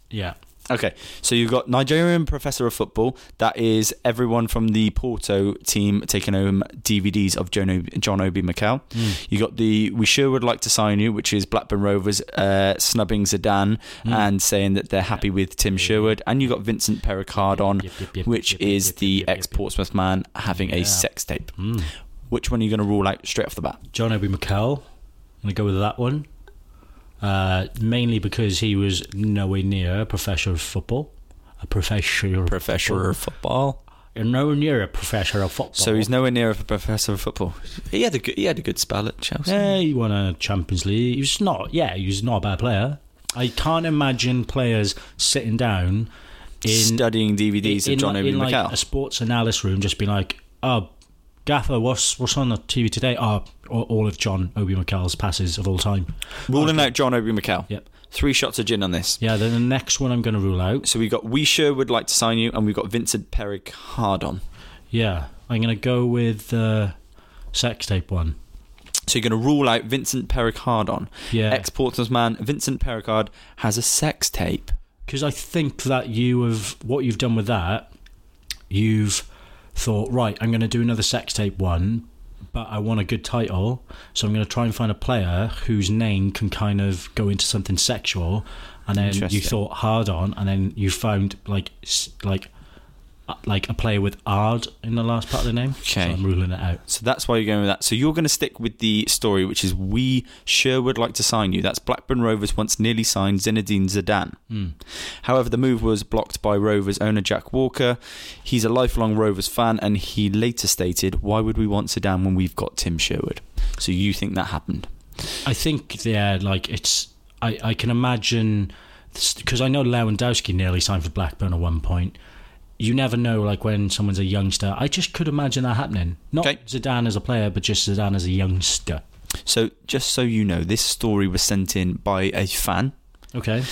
A: Yeah.
B: Okay, so you've got Nigerian professor of football. That is everyone from the Porto team taking home DVDs of John, Ob- John Obi Mikel.
A: Hmm.
B: You got the we sure would like to sign you, which is Blackburn Rovers uh, snubbing Zidane
A: Hmm.
B: and saying that they're happy with Tim Sherwood. And you got Vincent Pericard on,
A: Yep, yep, yep,
B: which
A: yep, yep,
B: is
A: yep,
B: the
A: yep, yep,
B: ex Portsmouth man having a
A: Yeah.
B: sex tape.
A: Mm.
B: Which one are you going to rule out straight off the bat?
A: John Obi Mikel. I'm gonna go with that one. Uh, mainly because he was nowhere near a professor of football. A professor.
B: Professor of football.
A: Nowhere near a professor of football.
B: So he's nowhere near a professor of football. He had a good, he had a good spell at Chelsea.
A: Yeah, he won a Champions League. He was not. Yeah, he was not a bad player. I can't imagine players sitting down
B: studying DVDs
A: in,
B: of John
A: like-
B: Obi
A: in like
B: Macau.
A: a sports analysis room, just be like, "Oh, Gaffer, what's what's on the TV today? Oh, all all of John Obi Macau's passes of all time.
B: Ruling out John Obi Macau.
A: Yep.
B: Three shots of gin on this.
A: Yeah. Then the next one I'm going to rule out.
B: So we got We Sure Would Like to Sign You, and we've got Vincent Perrig Hardon.
A: Yeah, I'm going to go with the sex tape one.
B: So you're going to rule out Vincent Perrig Hardon.
A: Yeah.
B: Ex Portsmouth man Vincent Perricard has a sex tape.
A: Because I think that you have what you've done with that, you've thought, right, I'm going to do another sex tape one, but I want a good title, so I'm going to try and find a player whose name can kind of go into something sexual, and then you
B: Interesting.
A: thought hard on, and then you found like s- like uh, like a player with ard in the last part of the name.
B: Okay.
A: so I'm ruling it out.
B: So that's why you're going with that. So you're going to stick with the story, which is we sure would like to sign you. That's Blackburn Rovers once nearly signed Zinedine Zidane. However, the move was blocked by Rovers owner Jack Walker. He's a lifelong Rovers fan, and he later stated, "Why would we want Zidane when we've got Tim Sherwood?" So you think that happened?
A: I think yeah, like it's I I can imagine because I know Lewandowski nearly signed for Blackburn at one point. You never know, like when someone's a youngster. I just could imagine that happening. Not
B: Okay.
A: Zidane as a player, but just Zidane as a youngster.
B: So just so you know, this story was sent in by a fan.
A: Okay,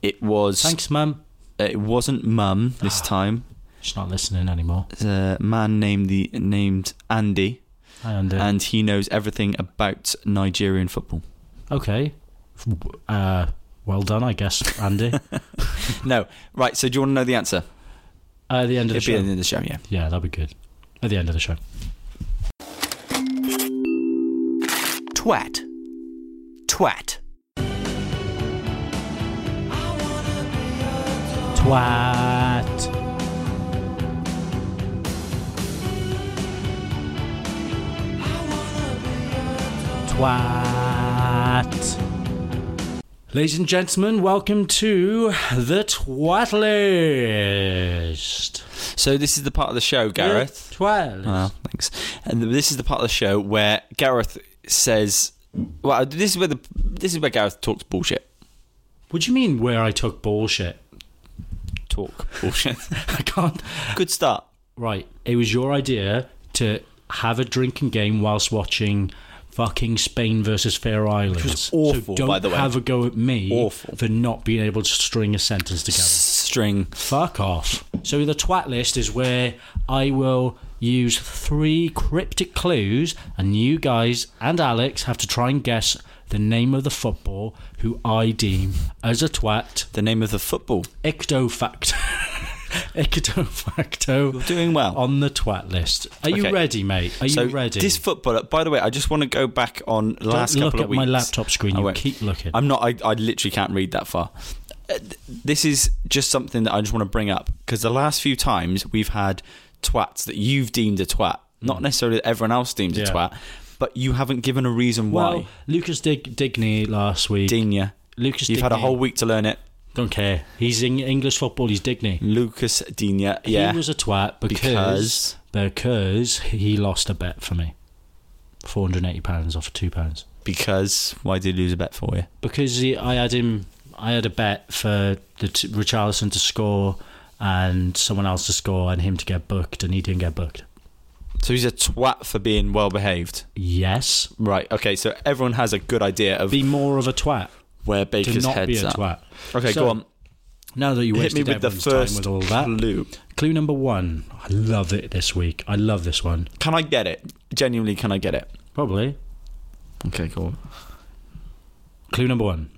B: It was
A: thanks, mum.
B: it wasn't mum this time.
A: She's not listening anymore.
B: It's a man named the named Andy.
A: I under.
B: and he knows everything about Nigerian football.
A: okay, F- uh, well done, I guess, Andy.
B: no, right. So do you want to know the answer?
A: At the end of the
B: It'd be
A: show,
B: in the show, yeah.
A: yeah, that'd be good. At the end of the show,
F: Twat. Twat.
A: twat. Twat. Ladies and gentlemen, welcome to the Twat List.
B: So this is the part of the show, Gareth.
A: The Twat List.
B: Well, thanks. And this is the part of the show where Gareth says, "Well, this is where the this is where Gareth talks bullshit."
A: What do you mean where I took bullshit?
B: Talk bullshit.
A: I can't.
B: Good start.
A: Right, it was your idea to have a drinking game whilst watching fucking Spain versus Fair Islands.
B: was
A: so
B: awful,
A: don't
B: by the way.
A: have a go at me
B: Awful.
A: for not being able to string a sentence together.
B: String.
A: Fuck off. So the twat list is where I will use three cryptic clues, and you guys and Alex have to try and guess the name of the football who I deem as a twat.
B: The name of the football.
A: Icto facto. Icto facto.
B: You're doing well.
A: On the twat list. Are you
B: Okay.
A: ready, mate? Are
B: so
A: you ready?
B: This footballer. By the way, I just want to go back on
A: Don't
B: last
A: look
B: couple
A: at
B: of weeks.
A: my laptop screen.
B: I
A: You
B: won't.
A: keep looking.
B: I'm not. I, I literally can't read that far. Uh, th- This is just something that I just want to bring up because the last few times we've had twats that you've deemed a twat, not necessarily that everyone else deems
A: Hmm. Yeah.
B: a twat, but you haven't given a reason
A: well,
B: why.
A: Lucas Dig- Digney last week.
B: Digne,
A: Lucas
B: you've
A: Digne.
B: had a whole week to learn it.
A: Don't care. He's in English football. He's Digney.
B: Lucas Digne, Mm, yeah,
A: He was a twat because
B: because
A: because he lost a bet for me. Four hundred eighty pounds off two pounds
B: because why did he lose a bet for you?
A: because he, I had him. I had a bet for the t- Richarlison to score and someone else to score and him to get booked, and he didn't get booked.
B: So he's a twat for being well behaved,
A: Yes,
B: right? Okay, so everyone has a good idea of
A: be more of a twat.
B: where
A: To
B: Baker's
A: not be
B: head's
A: a
B: at.
A: twat.
B: Okay,
A: So,
B: go on.
A: Now that you
B: Hit
A: wasted
B: me with the
A: everyone's time
B: first
A: with all that.
B: clue.
A: Clue number one. I love it this week. I love this one.
B: Can I get it? Genuinely, can I get it?
A: Probably.
B: Okay, cool.
A: Clue number one.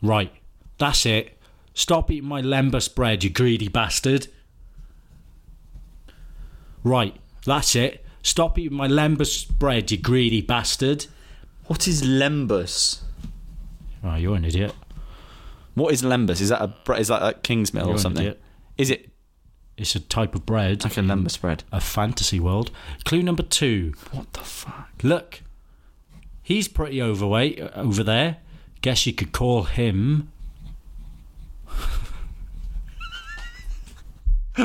A: Right. That's it. Stop eating my Lembus bread, you greedy bastard. Right. That's it. Stop eating my Lembus bread, you greedy bastard.
B: What is lembus?
A: Oh, you're an idiot.
B: What is lembus? Is that a bre- is that like Kingsmill
A: You're
B: or
A: an
B: something?
A: idiot. Mm.
B: Is it
A: It's a type of bread.
B: like a lembus bread?
A: A fantasy world. Clue number two.
B: What the fuck?
A: Look, he's pretty overweight uh, over there. Guess you could call him.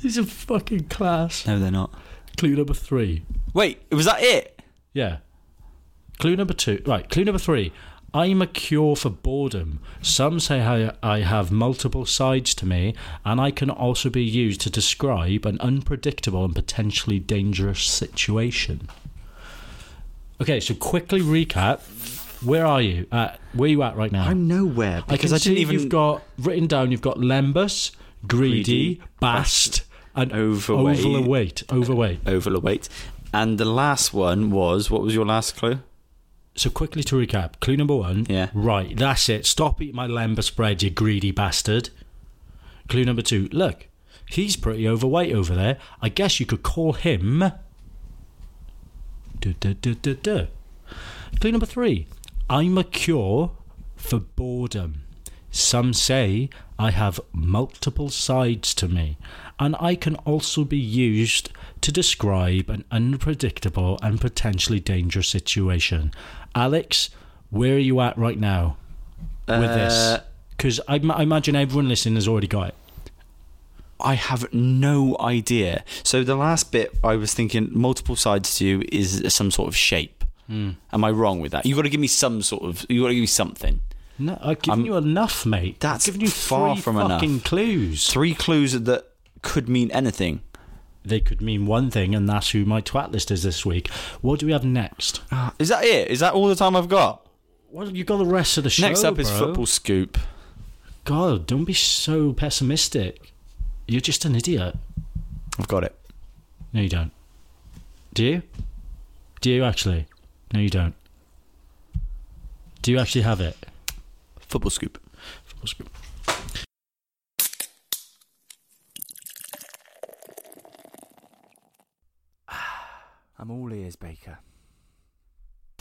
A: he's a fucking class.
B: No, they're not.
A: Clue number three.
B: Wait, was that it?
A: Yeah. Clue number two. Right, clue number three. I'm a cure for boredom. Some say I, I have multiple sides to me, and I can also be used to describe an unpredictable and potentially dangerous situation. Okay, so quickly recap. Where are you? At? Where you at right now?
B: I'm nowhere
A: I
B: because
A: can
B: I,
A: see
B: didn't even
A: you've got written down. You've got lembus, greedy,
B: Greedy,
A: bast, and
B: overweight.
A: overweight. Overweight.
B: overweight. And the last one was what was your last clue?
A: So quickly to recap, clue number one.
B: Yeah.
A: Right, that's it. Stop eating my lembus bread, you greedy bastard. Clue number two. Look, he's pretty overweight over there. I guess you could call him. Du, du, du, du, du. Clue number three. I'm a cure for boredom. Some say I have multiple sides to me, and I can also be used to describe an unpredictable and potentially dangerous situation. Alex, where are you at right now with this?
B: Uh,
A: Because I, ma- I imagine everyone listening has already got it.
B: I have no idea. So the last bit I was thinking multiple sides to you is some sort of shape. Am I wrong with that? You got to give me some sort of. You got to give me something.
A: No, I've given
B: I'm-
A: you enough, mate.
B: That's
A: I've given you
B: far
A: three
B: from enough.
A: fucking clues.
B: Three clues that could mean anything.
A: They could mean one thing, and that's who my twat list is this week. What do we have next?
B: Is that it? Is that all the time I've got?
A: Well, you got the rest of the show.
B: Next up is
A: bro.
B: football scoop.
A: God, don't be so pessimistic. You're just an idiot.
B: I've got it.
A: No, you don't. Do you? Do you actually? No, you don't. Do you actually have it?
B: Football scoop.
D: I'm all ears, Baker.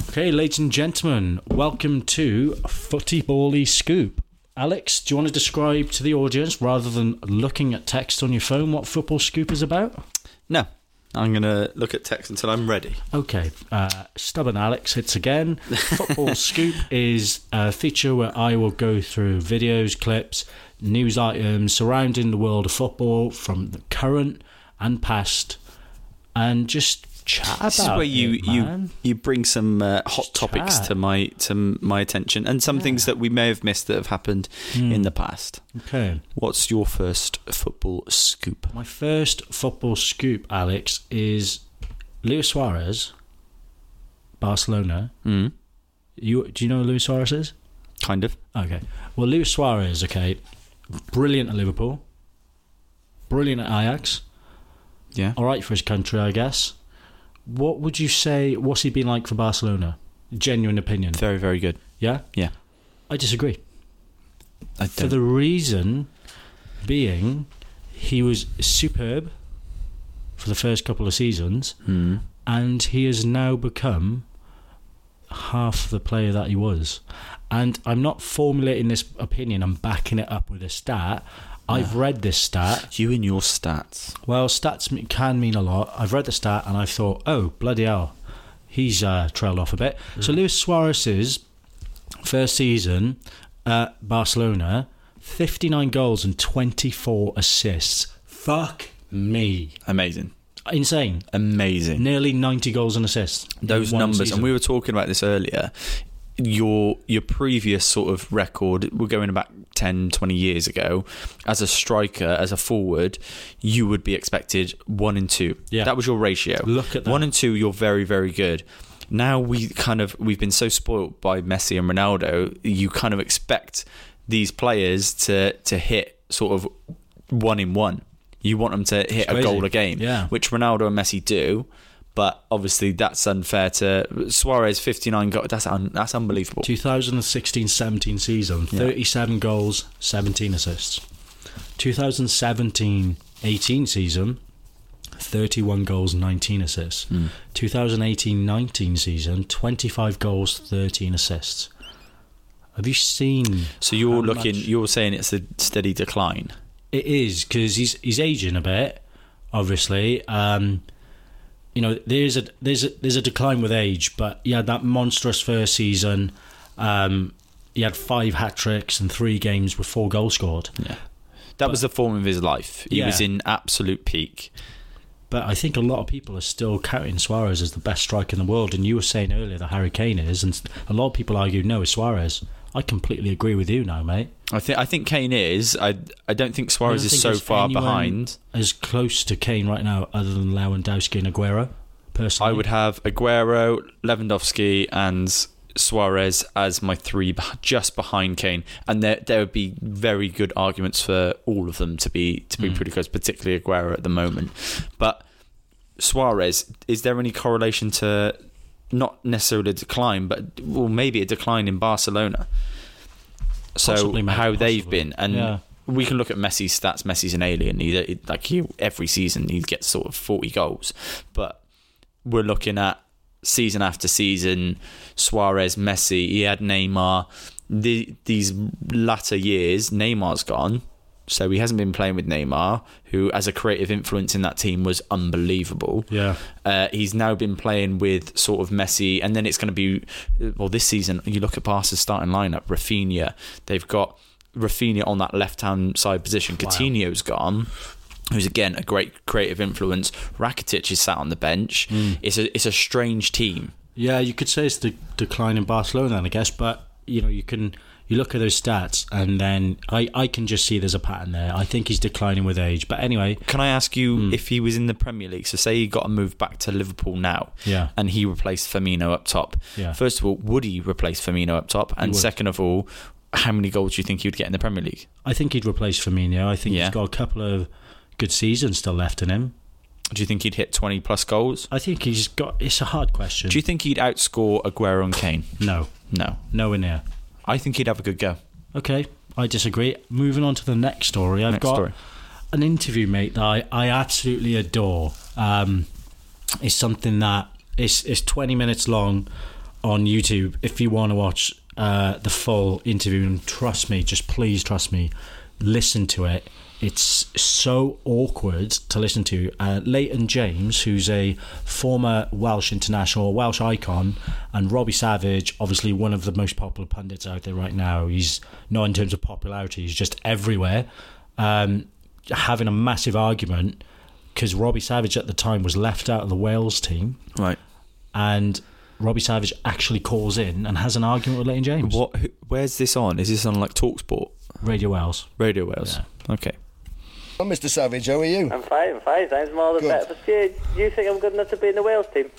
A: Okay, ladies and gentlemen, welcome to Footy Bally Scoop. Alex, do you want to describe to the audience, rather than looking at text on your phone, what Football Scoop is about?
B: No, I'm gonna look at text until I'm ready.
A: Okay, uh, stubborn Alex hits again. Football Scoop is a feature where I will go through videos, clips, news items surrounding the world of football from the current and past, and just chat about
B: This is where you
A: it,
B: you
A: man.
B: you bring some uh, hot topics
A: chat.
B: to my to my attention and some things that we may have missed that have happened
A: Hmm.
B: in the past.
A: Okay.
B: What's your first football scoop?
A: My first football scoop, Alex, is Luis Suarez, Barcelona.
B: Mm,
A: You do you know who Luis Suarez is?
B: kind of.
A: Okay. Well, Luis Suarez, okay, brilliant at Liverpool, brilliant at Ajax.
B: Yeah.
A: All right for his country, I guess. What would you say? What's he been like for Barcelona? Genuine opinion.
B: Very very good.
A: Yeah.
B: Yeah.
A: I disagree.
B: I
A: For
B: don't.
A: the reason being, he was superb for the first couple of seasons.
B: Hmm.
A: and he has now become half the player that he was. And I'm not formulating this opinion, I'm backing it up with a stat. I've read this stat.
B: You and your stats.
A: Well, stats m- can mean a lot. I've read the stat and I thought, oh, bloody hell, he's uh, trailed off a bit.
B: Mm.
A: So, Luis Suarez's first season at Barcelona 59 goals and 24 assists. Fuck me.
B: Amazing.
A: Insane.
B: Amazing.
A: Nearly 90 goals and assists. in
B: Those
A: one
B: numbers,
A: season.
B: and we were talking about this earlier. Your your previous sort of record, we're going back 10, 20 years ago, as a striker, as a forward, you would be expected one and two.
A: Yeah.
B: That was your ratio.
A: Look at that.
B: One and two, you're very, very good. Now we kind of we've been so spoilt by Messi and Ronaldo, you kind of expect these players to to hit sort of one in one. You want them to hit a
A: crazy.
B: goal a game,
A: Yeah.
B: which Ronaldo and Messi do. But obviously, that's unfair to Suarez. Fifty-nine goals. That's un, that's unbelievable.
A: 2016-17 season, 37 goals, 17 assists. 2017-18 season, 31 goals, 19 assists. 2018-19 season, 25 goals, 13 assists. Have you seen?
B: So you're
A: how
B: looking.
A: much-
B: You're saying it's a steady decline.
A: It is because he's he's aging a bit, obviously. Um, you know, there's a there's a there's a decline with age, but he had that monstrous first season. Um, he had five hat tricks and three games with four goals scored.
B: Yeah. That was the form of his life. He was
A: Yeah.
B: in absolute peak.
A: But I think a lot of people are still counting Suarez as the best striker in the world. And you were saying earlier that Harry Kane is, and a lot of people argue no, it's Suarez. I completely agree with you now, mate.
B: I think I think Kane is. I I don't think
A: I
B: Suarez
A: don't
B: is
A: think
B: so
A: there's
B: far
A: anyone
B: behind.
A: As close to Kane right now, other than Lewandowski and Aguero, personally.
B: I would have Aguero, Lewandowski, and Suarez as my three beh- just behind Kane, and there there would be very good arguments for all of them to be to be
A: Hmm.
B: pretty close, particularly Aguero at the moment. But Suarez, is there any correlation to not necessarily a decline, but well maybe a decline in Barcelona? So
A: Possibly, mate,
B: how they've
A: possibly.
B: been and.
A: Yeah.
B: We can look at Messi's stats. Messi's an alien. He, like he, every season, he gets sort of forty goals, but we're looking at season after season Suarez, Messi, he had Neymar. The, these latter years, Neymar's gone. So he hasn't been playing with Neymar, who, as a creative influence in that team, was unbelievable.
A: Yeah.
B: Uh, he's now been playing with sort of Messi, and then it's going to be well this season. You look at Barca's starting lineup: Rafinha. They've got Rafinha on that left-hand side position. Coutinho's gone. Who's again a great creative influence? Rakitic is sat on the bench.
A: Mm.
B: It's a it's a strange team.
A: Yeah, you could say it's the decline in Barcelona, then, I guess. But you know, you can you look at those stats, and then I I can just see there's a pattern there. I think he's declining with age. But anyway,
B: Can I ask you
A: Mm.
B: if he was in the Premier League? So say he got a move back to Liverpool now,
A: Yeah.
B: and he replaced Firmino up top.
A: Yeah.
B: First of all, would he replace Firmino up top? And
A: would.
B: second of all, how many goals do you think he would get in the Premier League?
A: I think he'd replace Firmino. I think
B: Yeah.
A: he's got a couple of good seasons still left in him.
B: Do you think he'd hit 20 plus goals?
A: I think he's got. It's a hard question.
B: Do you think he'd outscore Aguero and Kane?
A: no,
B: No.
A: nowhere near.
B: I think he'd have a good go.
A: Okay, I disagree. Moving on to the next story, I've
B: Next
A: got
B: story.
A: an interview, mate, that I, I absolutely adore. Um, it's something that it's it's twenty minutes long on YouTube. If you want to watch uh, the full interview, and trust me, just please trust me, listen to it. It's so awkward to listen to. Uh, Leighton James, who's a former Welsh international, Welsh icon, and Robbie Savage, obviously one of the most popular pundits out there right now. He's not in terms of popularity; he's just everywhere. Um, having a massive argument because Robbie Savage at the time was left out of the Wales team,
B: Right.
A: and Robbie Savage actually calls in and has an argument with Leighton James.
B: What? who- Where's this on? Is this on like Talksport,
A: Radio Wales.
B: Radio Wales? Okay.
G: Well, Mr. Savage, how are you?
H: I'm fine, I'm fine. Times more than
G: Good.
H: better. But do you, you think I'm good enough to be in the Wales team?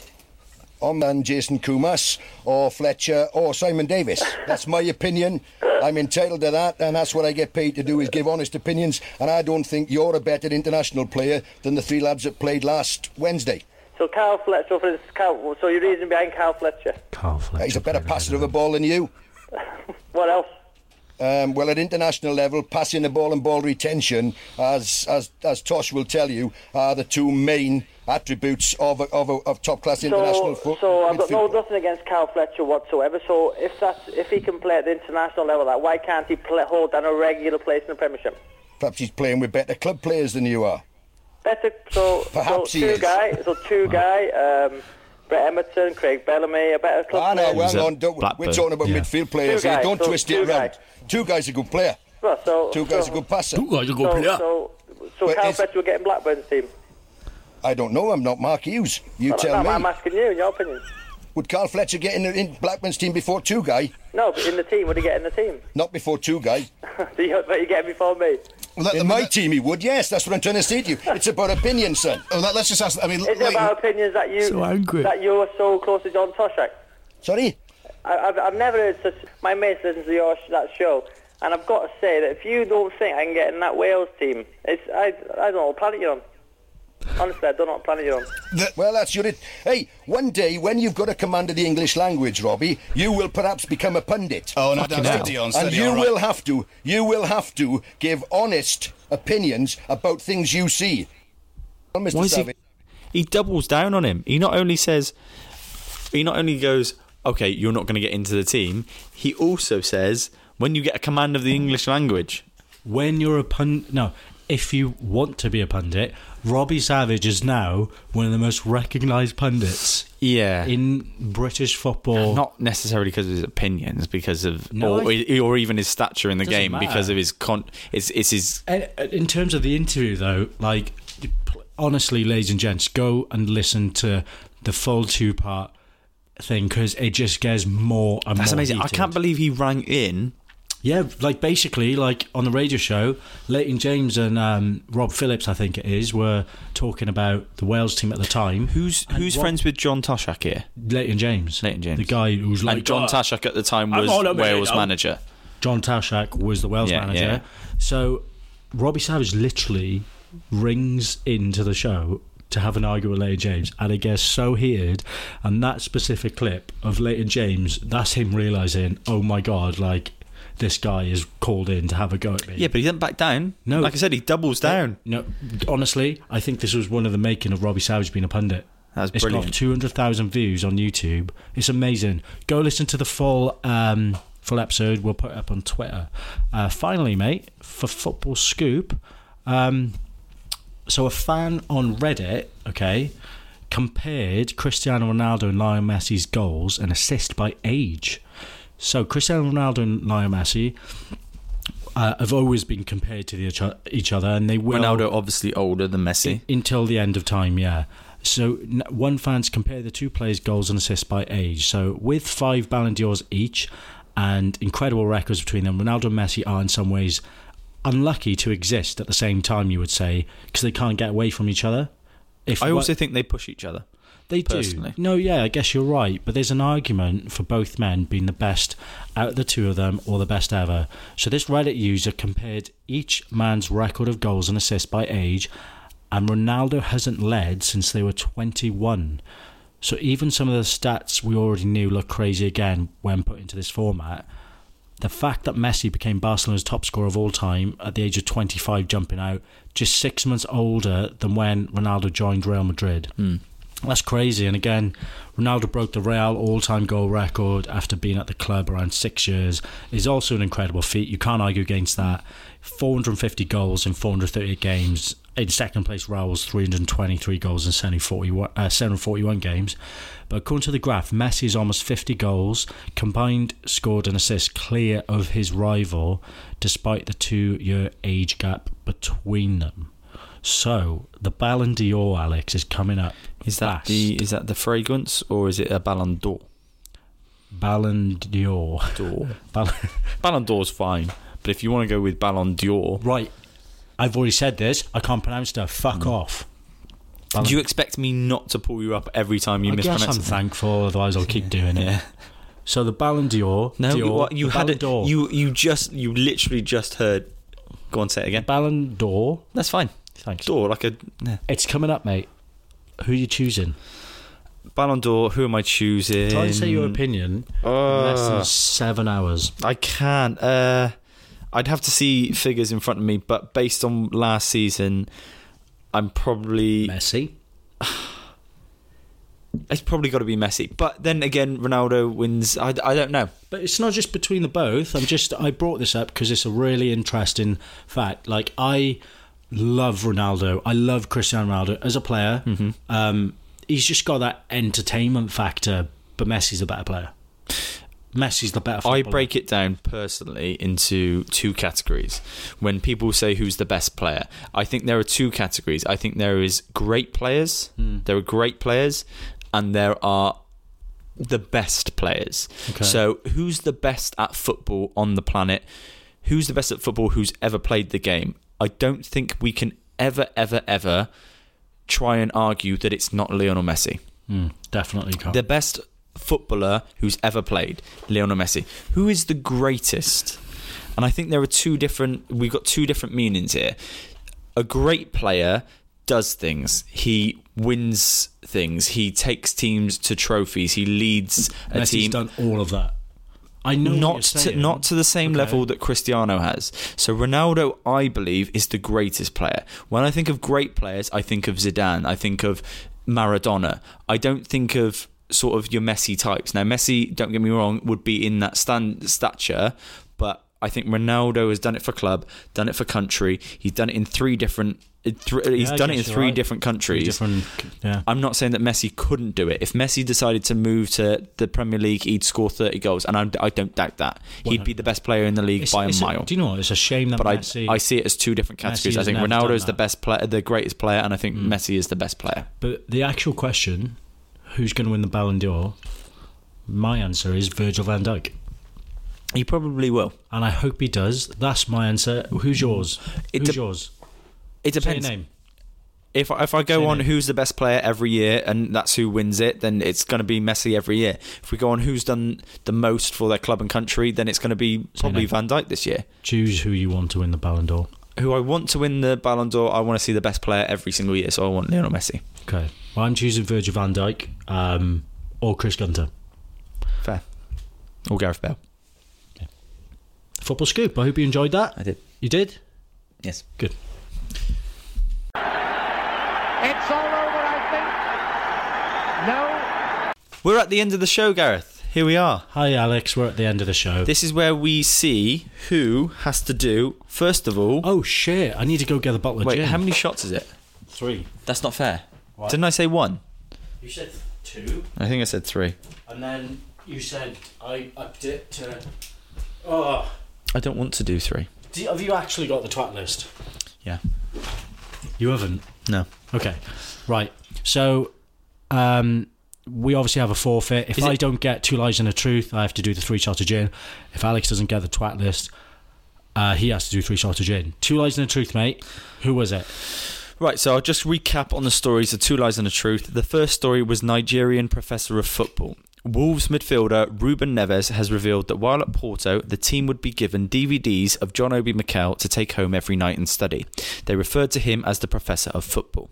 G: I'm man Jason Kumas or Fletcher or Simon Davis. That's my opinion. I'm entitled to that, and that's what I get paid to do is give honest opinions. And I don't think you're a better international player than the three lads that played last Wednesday.
H: So Carl Fletcher, for instance, Carl, so your reason behind Carl Fletcher?
A: Carl Fletcher.
G: He's a better
A: played
G: passer
A: ahead
G: of a
A: him.
G: ball than you.
H: What else?
G: Um, well, at international level, passing the ball and ball retention, as as, as Tosh will tell you, are the two main attributes of a, of, a, of top class international
H: So,
G: football.
H: so I've got no nothing against Carl Fletcher whatsoever. So if that's if he can play at the international level, like why can't he play, hold down a regular place in the Premiership?
G: Perhaps he's playing with better club players than you are.
H: Better. So, so
G: Perhaps he
H: two
G: is.
H: guy, so two guy, um, Brett Emerson, Craig Bellamy, a better club.
G: Ah, no,
H: player.
G: well,
B: at
G: on, don't, we're
B: Blackburn.
G: talking about
A: Yeah.
G: midfield players
H: Two
G: here.
H: guys,
G: Don't
H: so
G: twist
H: two
G: it around.
H: guys.
G: Two guys a good player.
H: Well, so
G: Two guys
H: so,
G: a good passer.
H: so, so, so
G: Well,
H: Carl
G: it's-
H: Fletcher will get in Blackburn's team.
G: I don't know. I'm not Mark Hughes. You
H: Well,
G: tell
H: I'm,
G: me.
H: I'm asking you, in your opinion.
G: Would Carl Fletcher get in, in Blackman's team before two guy?
H: No, but in the team, would he get in the team?
G: Not before two guy.
H: Do you, but you get it before me.
I: Well, let,
G: In my
I: let-
G: team, he would. Yes, that's what I'm trying to say to you. It's about opinion, son.
I: oh, let, us just ask. I mean,
H: Is it
I: Leighton-
H: about opinions that you that you are so close to John Toshak?
G: Sorry.
H: I, I've, I've never heard such. My mates listen to your sh- that show, and I've got to say that if you don't think I can get in that Wales team, it's I, I don't know what planet you're on. Honestly, I don't know what planet you're on.
G: Well, that's your. Hey, one day when you've got a command of the English language, Robbie, you will perhaps become a pundit.
I: oh no, that's
B: hell.
I: it, Dion.
G: and
I: steady,
G: you
I: all right.
G: will have to. You will have to give honest opinions about things you see. Well, Mr.
B: Why is he?
G: Savage.
B: He doubles down on him. He not only says, he not only goes, okay, you're not going to get into the team. He also says, when you get a command of the English language.
A: When you're a pundit, no, if you want to be a pundit, Robbie Savage is now one of the most recognised pundits
B: Yeah.
A: in British football.
B: not necessarily because of his opinions, because of
A: No,
B: or,
A: I-
B: or even his stature in the
A: Doesn't
B: game, because
A: matter. uh,
B: of his con. It's, it's his.
A: And in terms of the interview, though, like honestly, ladies and gents, go and listen to the full two part thing because it just gets more and
B: That's
A: more
B: amazing. I
A: heated.
B: can't believe he rang in.
A: Yeah, like basically, like on the radio show, Leighton James and um, Rob Phillips, I think it is, were talking about the Wales team at the time.
B: Who's who's
A: what-
B: friends with John Toshak here?
A: Leighton James.
B: Leighton James.
A: The guy who was like
B: and John
A: "Oh,
B: Toshak at the time
A: I'm
B: was
A: on a minute,
B: Wales
A: I'm-
B: manager.
A: John Tashak was the Wales
B: Yeah,
A: manager.
B: yeah.
A: So Robbie Savage literally rings into the show to have an argument with Leighton James, and it gets so heated. And that specific clip of Leighton James, that's him realizing, oh my god, like this guy is called in to have a go at me.
B: Yeah, but he didn't back down.
A: No.
B: like I said, he doubles down.
A: No, honestly, I think this was one of the making of Robbie Savage being a pundit.
B: That's
A: It's got
B: brilliant.
A: 200,000 views on YouTube. It's amazing. Go listen to the full um, full episode. We'll put it up on Twitter. Uh, finally, mate, for Football Scoop, um, so a fan on Reddit, okay, compared Cristiano Ronaldo and Lionel Messi's goals and assist by age. So Cristiano Ronaldo and Lionel Messi uh, have always been compared to the, each o- each other, and they will
B: Ronaldo obviously older than Messi.
A: until the end of time, yeah. So n- one fans compare the two players' goals and assists by age. So with five Ballon d'Ors each, and incredible records between them, Ronaldo and Messi are in some ways unlucky to exist at the same time. You would say because they can't get away from each other. If
B: I
A: one-
B: also think they push each other.
A: they
B: personally.
A: do. No, yeah, I guess you're right. But there's an argument for both men being the best out of the two of them or the best ever. So this Reddit user compared each man's record of goals and assists by age, and Ronaldo hasn't led since they were 21. So even some of the stats we already knew look crazy again when put into this format. The fact that Messi became Barcelona's top scorer of all time at the age of 25, jumping out just six months older than when Ronaldo joined Real Madrid. That's crazy. And again, Ronaldo broke the Real all time goal record after being at the club around six years. Is also an incredible feat. You can't argue against that. 450 goals in 438 games. In second place, Real was 323 goals in 741, uh, 741 games. But according to the graph, Messi is almost 50 goals, combined scored and assists clear of his rival, despite the two year age gap between them. So the Ballon d'Or, Alex, is coming up.
B: Is that
A: fast.
B: the is that the fragrance or is it a Ballon d'Or?
A: Ballon d'Or?
B: D'Or.
A: Ballon-
B: Ballon d'Or's fine, but if you want to go with Ballon d'Or,
A: right. I've already said this. I can't pronounce that. Fuck
B: Mm.
A: off. Ballon-
B: do you expect me not to pull you up every time you
A: I guess
B: mispronounce
A: I'm
B: it?
A: thankful. Otherwise, I'll keep doing it.
B: Yeah.
A: So the Ballon d'Or.
B: No,
A: Dior,
B: you, what, you
A: the
B: had
A: Ballon
B: it.
A: d'Or.
B: You you just you literally just heard. Go on, say it again.
A: Ballon d'Or.
B: That's fine.
A: Thanks.
B: D'Or like a yeah.
A: It's coming up, mate. Who are you choosing?
B: Ballon d'Or. Who am I choosing?
A: Try and say your opinion. in less than seven hours.
B: I can't. Uh, I'd have to see figures in front of me, but based on last season, I'm probably
A: Messi.
B: it's probably got to be Messi. But then again, Ronaldo wins. I, I don't know.
A: But it's not just between the both. I'm just I brought this up because it's a really interesting fact. Like I love Ronaldo. I love Cristiano Ronaldo as a player.
B: Mm-hmm.
A: Um, he's just got that entertainment factor. But Messi's the better player. Messi's the better. Footballer.
B: I break it down personally into two categories. When people say who's the best player, I think there are two categories. I think there is great players, there are great players, and there are the best players.
A: Okay.
B: So who's the best at football on the planet? Who's the best at football who's ever played the game? I don't think we can ever, ever, ever try and argue that it's not Lionel Messi
A: Mm, definitely can't.
B: the best footballer who's ever played, Lionel Messi. Who is the greatest? And I think there are two different. We've got two different meanings here. A great player does things. He wins things. He takes teams to trophies. He leads a
A: Messi's
B: team
A: done all of that. I know what
B: not
A: you're
B: to,
A: saying.
B: not to the same
A: Okay.
B: level that Cristiano has. So Ronaldo, I believe, is the greatest player. When I think of great players, I think of Zidane. I think of Maradona. I don't think of sort of your Messi types. Now Messi, don't get me wrong, would be in that stand stature, but I think Ronaldo has done it for club, done it for country. He's done it in three different. in thr- he's
A: Yeah, I
B: done it in
A: guess you're
B: three
A: right.
B: different countries.
A: Different, yeah.
B: I'm not saying that Messi couldn't do it. If Messi decided to move to the Premier League, he'd score 30 goals, and I, I don't doubt that. He'd be the best player in the league by a
A: it's
B: mile.
A: do you know what? It's a shame that
B: but I,
A: Messi.
B: I see it as two different categories. I
A: has
B: think
A: never
B: Ronaldo
A: done
B: is
A: that.
B: the
A: Hmm.
B: best player, the greatest player, and I think Messi is the best player.
A: But the actual question, who's going to win the Ballon d'Or? My answer is Virgil van Dijk,
B: He probably will.
A: and I hope he does. That's my answer. Who's yours?
B: It
A: who's
B: dep-
A: yours?
B: It
A: Say your
B: depends.
A: name.
B: If if I go on who's the best player every year and that's who wins it, then it's going to be Messi every year. If we go on who's done the most for their club and country, then it's going to be probably
A: name.
B: Van Dijk this year.
A: Choose who you want to win the Ballon d'Or.
B: Who I want to win the Ballon d'Or, I want to see the best player every single year, so I want Lionel Messi.
A: Okay. Well, I'm choosing Virgil van Dijk um, or Chris Gunter.
B: Fair. Or Gareth Bale.
A: Football scoop. I hope you enjoyed that.
B: I did.
A: You did.
B: Yes.
A: Good.
B: We're at the end of the show, Gareth. Here we are.
A: Hi, Alex. We're at the end of the show.
B: This is where we see who has to do first of all.
A: oh shit! I need to go get a bottle of
B: wait,
A: gin.
B: how many shots is it?
A: Three.
B: That's not fair. Didn't I say one?
A: You said two,
B: I think I said three.
A: and then you said I upped it to. Oh,
B: I don't want to do three.
A: do, have you actually got the twat list?
B: Yeah.
A: You haven't.
B: No.
A: Okay. Right. So, um, we obviously have a forfeit. If
B: Is
A: I
B: it-
A: don't get two lies and a truth, I have to do the three shots of gin. If Alex doesn't get the twat list, uh, he has to do three shots of gin. Two lies and a truth, mate. Who was it?
B: Right, so I'll just recap on the stories of Two Lies and a Truth. The first story was Nigerian professor of football. Wolves midfielder Ruben Neves has revealed that while at Porto, the team would be given DVDs of John Obi Mikel to take home every night and study. They referred to him as the professor of football.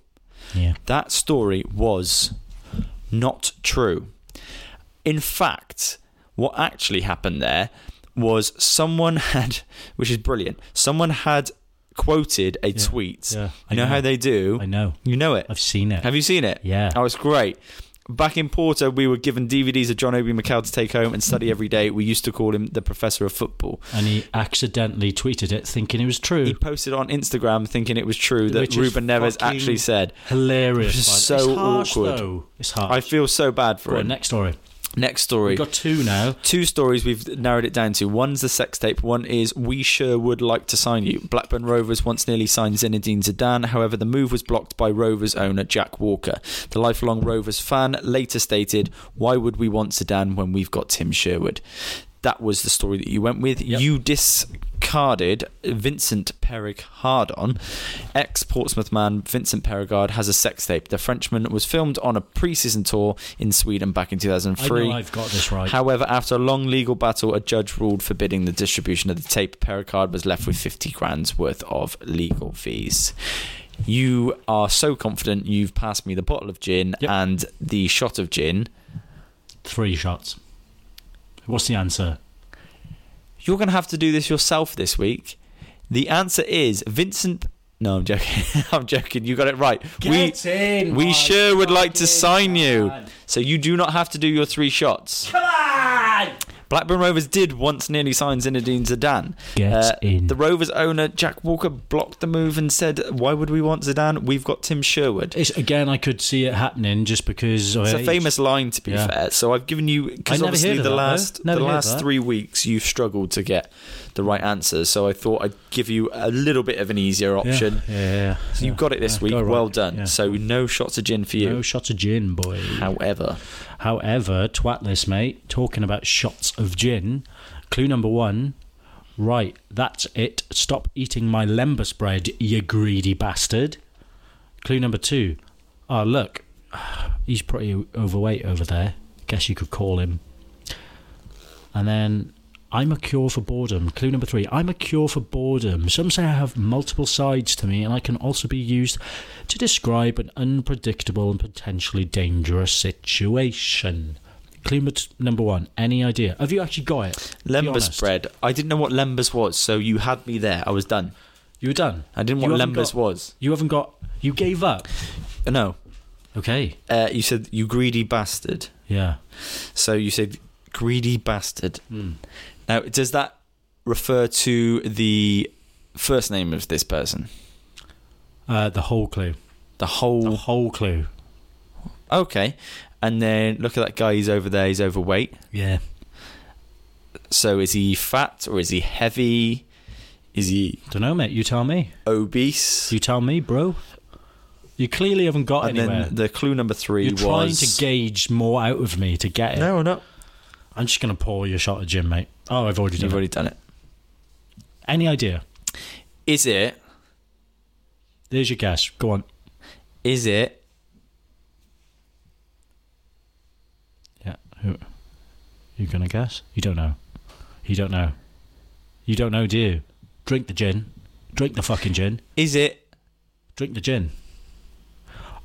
A: Yeah.
B: That story was not true. In fact, what actually happened there was someone had, which is brilliant, someone had quoted a tweet.
A: yeah, I
B: you know,
A: know.
B: how they do?
A: I know.
B: You know it.
A: I've seen it.
B: Have you seen it?
A: Yeah.
B: Oh, it's great. Back in Porto, we were given DVDs of John Obi Mikel to take home and study every day. We used to call him the professor of football.
A: and he accidentally tweeted it thinking it was true.
B: He posted on Instagram thinking it was true that
A: Which is
B: Ruben Neves
A: fucking
B: actually said.
A: Hilarious.
B: Which is
A: by the-
B: so
A: it's harsh,
B: awkward.
A: Though. It's harsh.
B: I feel so bad for
A: Go on,
B: him.
A: next story.
B: Next story.
A: We've got two now.
B: two stories we've narrowed it down to. One's the sex tape. One is we sure would like to sign you. Blackburn Rovers once nearly signed Zinedine Zidane. However, the move was blocked by Rovers owner Jack Walker. The lifelong Rovers fan later stated, "Why would we want Zidane when we've got Tim Sherwood?" That was the story that you went with. You discarded Vincent Perig Hardon. Ex Portsmouth man Vincent Perigard has a sex tape. The Frenchman was filmed on a pre season tour in Sweden back in 2003.
A: I know I've got this right.
B: However, after a long legal battle, a judge ruled forbidding the distribution of the tape. Pericard was left with 50 grand's worth of legal fees. You are so confident you've passed me the bottle of gin
A: Yep.
B: and the shot of gin.
A: Three shots. What's the answer?
B: You're going to have to do this yourself this week. The answer is Vincent. No, I'm joking. I'm joking. You got it right.
A: Get
B: we
A: in,
B: we
A: my
B: sure would like to
A: fucking
B: sign you.
A: man.
B: So you do not have to do your three shots.
A: Come on!
B: Blackburn Rovers did once nearly sign Zinedine Zidane. Uh,
A: Get in.
B: The Rovers owner Jack Walker blocked the move and said, "Why would we want Zidane? We've got Tim Sherwood."
A: It's, again, I could see it happening just because.
B: It's a famous line, to be
A: Yeah.
B: fair. So I've given you because
A: never
B: obviously
A: heard
B: the
A: of that,
B: last
A: though. Never
B: the
A: heard
B: last
A: that.
B: three weeks you've struggled to get the right answers. So I thought I'd give you a little bit of an easier option.
A: Yeah, yeah, yeah.
B: So you got it this
A: yeah,
B: week.
A: got it
B: Well
A: right,
B: done.
A: yeah.
B: So no shots of gin for you.
A: No shots of gin, boy.
B: However,
A: However, twatless, mate, talking about shots of gin, clue number one. Right, that's it. Stop eating my lembas bread, you greedy bastard. Clue number two. Ah, look, he's pretty overweight over there. Guess you could call him. And then I'm a cure for boredom. Clue number three. I'm a cure for boredom. Some say I have multiple sides to me, and I can also be used to describe an unpredictable and potentially dangerous situation. Clue number t- number one. Any idea? Have you actually got it? Be
B: Lembas
A: honest.
B: bread. I didn't know what Lembas was, so you had me there. I was done.
A: You were done.
B: I didn't
A: You
B: know what
A: haven't
B: Lembas
A: got-
B: was.
A: You haven't got. You gave up.
B: No,
A: Okay.
B: uh, you said you greedy bastard.
A: Yeah. Hmm.
B: So you said greedy bastard. Now does that refer to the first name of this person?
A: Uh, the whole clue.
B: The whole.
A: The whole clue.
B: Okay. And then look at that guy. He's over there. He's overweight.
A: Yeah.
B: So is he fat or is he heavy? Is he
A: Don't know, mate. You tell me.
B: obese?
A: You tell me, bro. You clearly haven't got
B: and
A: anywhere.
B: then the clue number 3
A: You're
B: was
A: trying to gauge more out of me to get it.
B: No, no.
A: I'm just going to pour your shot at Jim, mate. Oh, I've already done
B: You've
A: it.
B: already done it.
A: Any idea?
B: Is it
A: There's your guess. Go on.
B: is it
A: Yeah. Who? You going to guess? You don't know. You don't know. You don't know, do you? Drink the gin. Drink the fucking gin.
B: is it
A: Drink the gin.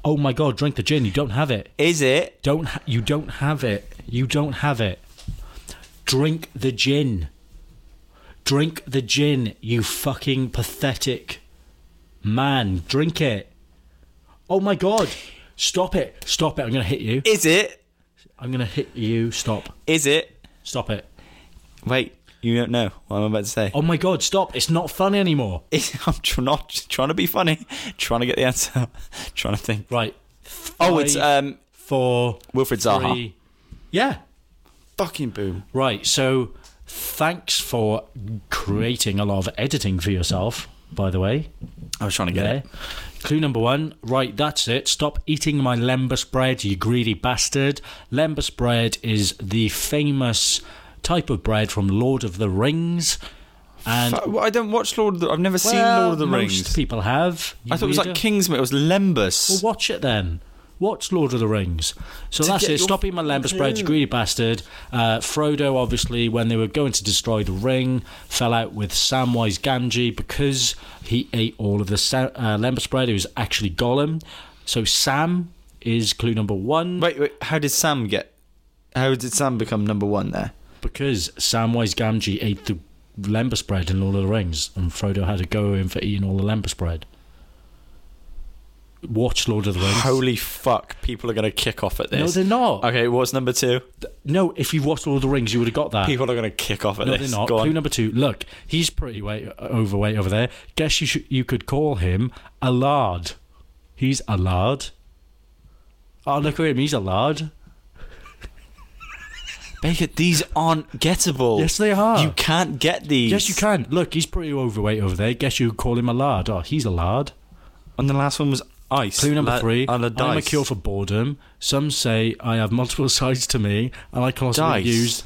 A: Oh my god, drink the gin. You don't have it.
B: is it
A: Don't ha- you don't have it. You don't have it. Drink the gin. Drink the gin, you fucking pathetic man. Drink it. Oh my god. Stop it. Stop it. I'm going to hit you.
B: is it
A: I'm going to hit you. Stop.
B: is it
A: Stop it.
B: Wait, you don't know what I'm about to say.
A: Oh my god, stop. It's not funny anymore.
B: Is- I'm tr- not trying to be funny, trying to get the answer, trying to think.
A: Right.
B: Oh, it's
A: Five,
B: um
A: four,
B: Wilfred Zaha.
A: three. Yeah.
D: Fucking boom.
A: Right, so thanks for creating a lot of editing for yourself, by the way.
B: I was trying to get
A: There.
B: it.
A: Clue number one. Right, that's it. Stop eating my lembas bread, you greedy bastard. Lembas bread is the famous type of bread from Lord of the Rings. And
B: F- well, I don't watch Lord of the. I've never seen
A: well,
B: Lord of the
A: most
B: Rings.
A: people have.
B: I thought it was like
A: weirdo.
B: Kingsman. It was Lembus.
A: Well, watch it then. Watch Lord of the Rings. So that's
B: get
A: it.
B: your- Mm.
A: Stop eating my lembas bread, you greedy bastard. Uh, Frodo, obviously, when they were going to destroy the ring, fell out with Samwise Gamgee because he ate all of the sa- uh, lembas bread. It was actually Gollum. So Sam is clue number one
B: Wait, wait. How did Sam get? How did Sam become number one there?
A: because Samwise Gamgee ate the lembas bread in Lord of the Rings, and Frodo had to go in for eating all the lembas bread. Watch Lord of the Rings.
B: Holy fuck! People are gonna kick off at this.
A: no, they're not.
B: Okay, what's number two?
A: No, if you watched Lord of the Rings, you would have got that.
B: People are gonna kick off at
A: no,
B: this.
A: they're not.
B: Go on.
A: Clue number two. Look, he's pretty way, uh, overweight over there. Guess you should, you could call him a lard. He's a lard. Oh, look at him. He's a lard.
B: Baker, these aren't gettable.
A: Yes, they are.
B: You can't get these.
A: Yes, you can. Look, he's pretty overweight over there. Guess you could call him a lard. Oh, he's a lard.
B: And the last one was ice.
A: Clue number
B: La-
A: three.
B: And a
A: I'm a
B: dice.
A: cure for boredom. Some say I have multiple sides to me, and I can also
B: Dice.
A: be used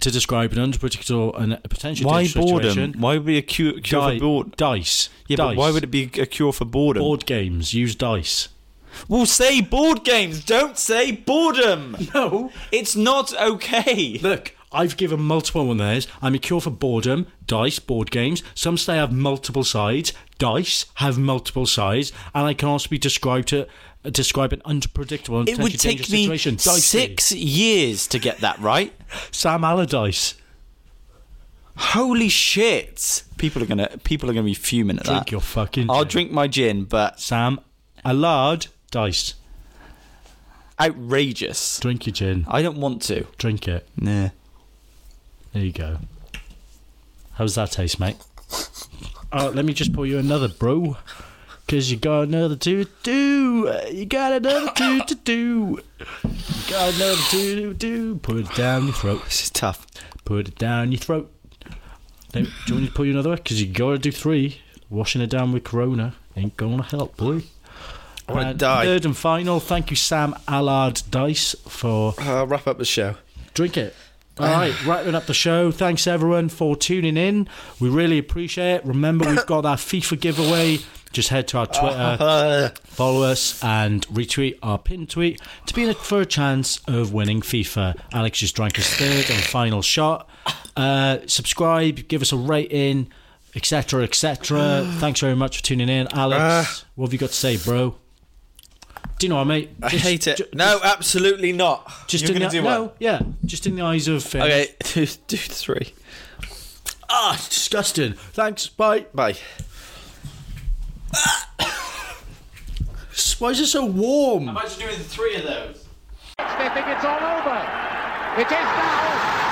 A: to describe an unpredictable and a potential
B: Why boredom?
A: situation.
B: Why would it be a cure, cure
A: Di-
B: for boredom?
A: dice.
B: Yeah,
A: dice.
B: but why would it be a cure for boredom?
A: board games use dice?
B: We'll say board games. Don't say boredom.
A: No.
B: It's not okay.
A: Look, I've given multiple one theirs. I'm a cure for boredom. Dice, board games. Some say I have multiple sides. Dice have multiple sides, and I can also be described to describe an unpredictable and
B: It would
A: potentially
B: take
A: dangerous
B: me
A: situation. Dicey.
B: six years to get that right.
A: Sam Allardyce.
B: Holy shit! People are gonna people are gonna be fuming at
A: Drink
B: that.
A: your fucking.
B: Uh, I'll
A: gin.
B: drink my gin, but
A: Sam Allard dice.
B: outrageous.
A: Drink your gin.
B: I don't want to.
A: Drink it.
B: Nah.
A: There you go. How's that taste, mate? Oh, let me just pour you another, bro. Because you got another two to do. You got another two to do. You got another two to do. Put it down your throat.
B: This is tough.
A: Put it down your throat. Now, do you want me to pour you another? Because you got to do three. Washing it down with Corona ain't going to help, boy.
B: I wanna
A: And
B: die.
A: Third and final, thank you, Sam Allard Dice, for
B: I'll wrap up the show.
A: Drink it. All right, wrapping up the show. Thanks everyone for tuning in. We really appreciate it. Remember, we've got our FIFA giveaway. Just head to our Twitter, follow us, and retweet our pin tweet to be in it for a chance of winning FIFA. Alex just drank his third and final shot. Uh, subscribe, give us a rating, etc., etc. Thanks very much for tuning in, Alex. what have you got to say, bro? Do you know what, mate?
B: I
A: Just-
B: hate it.
A: ju-
B: no, absolutely not.
A: just
B: You're
A: in
B: gonna
A: the,
B: do
A: no,
B: one.
A: yeah, just in the eyes of uh,
B: Okay, do, do three.
A: Ah, it's disgusting. Thanks. Bye.
B: Bye.
A: Why is it so warm?
B: Imagine doing three of those.
I: They think it's all over. It is now.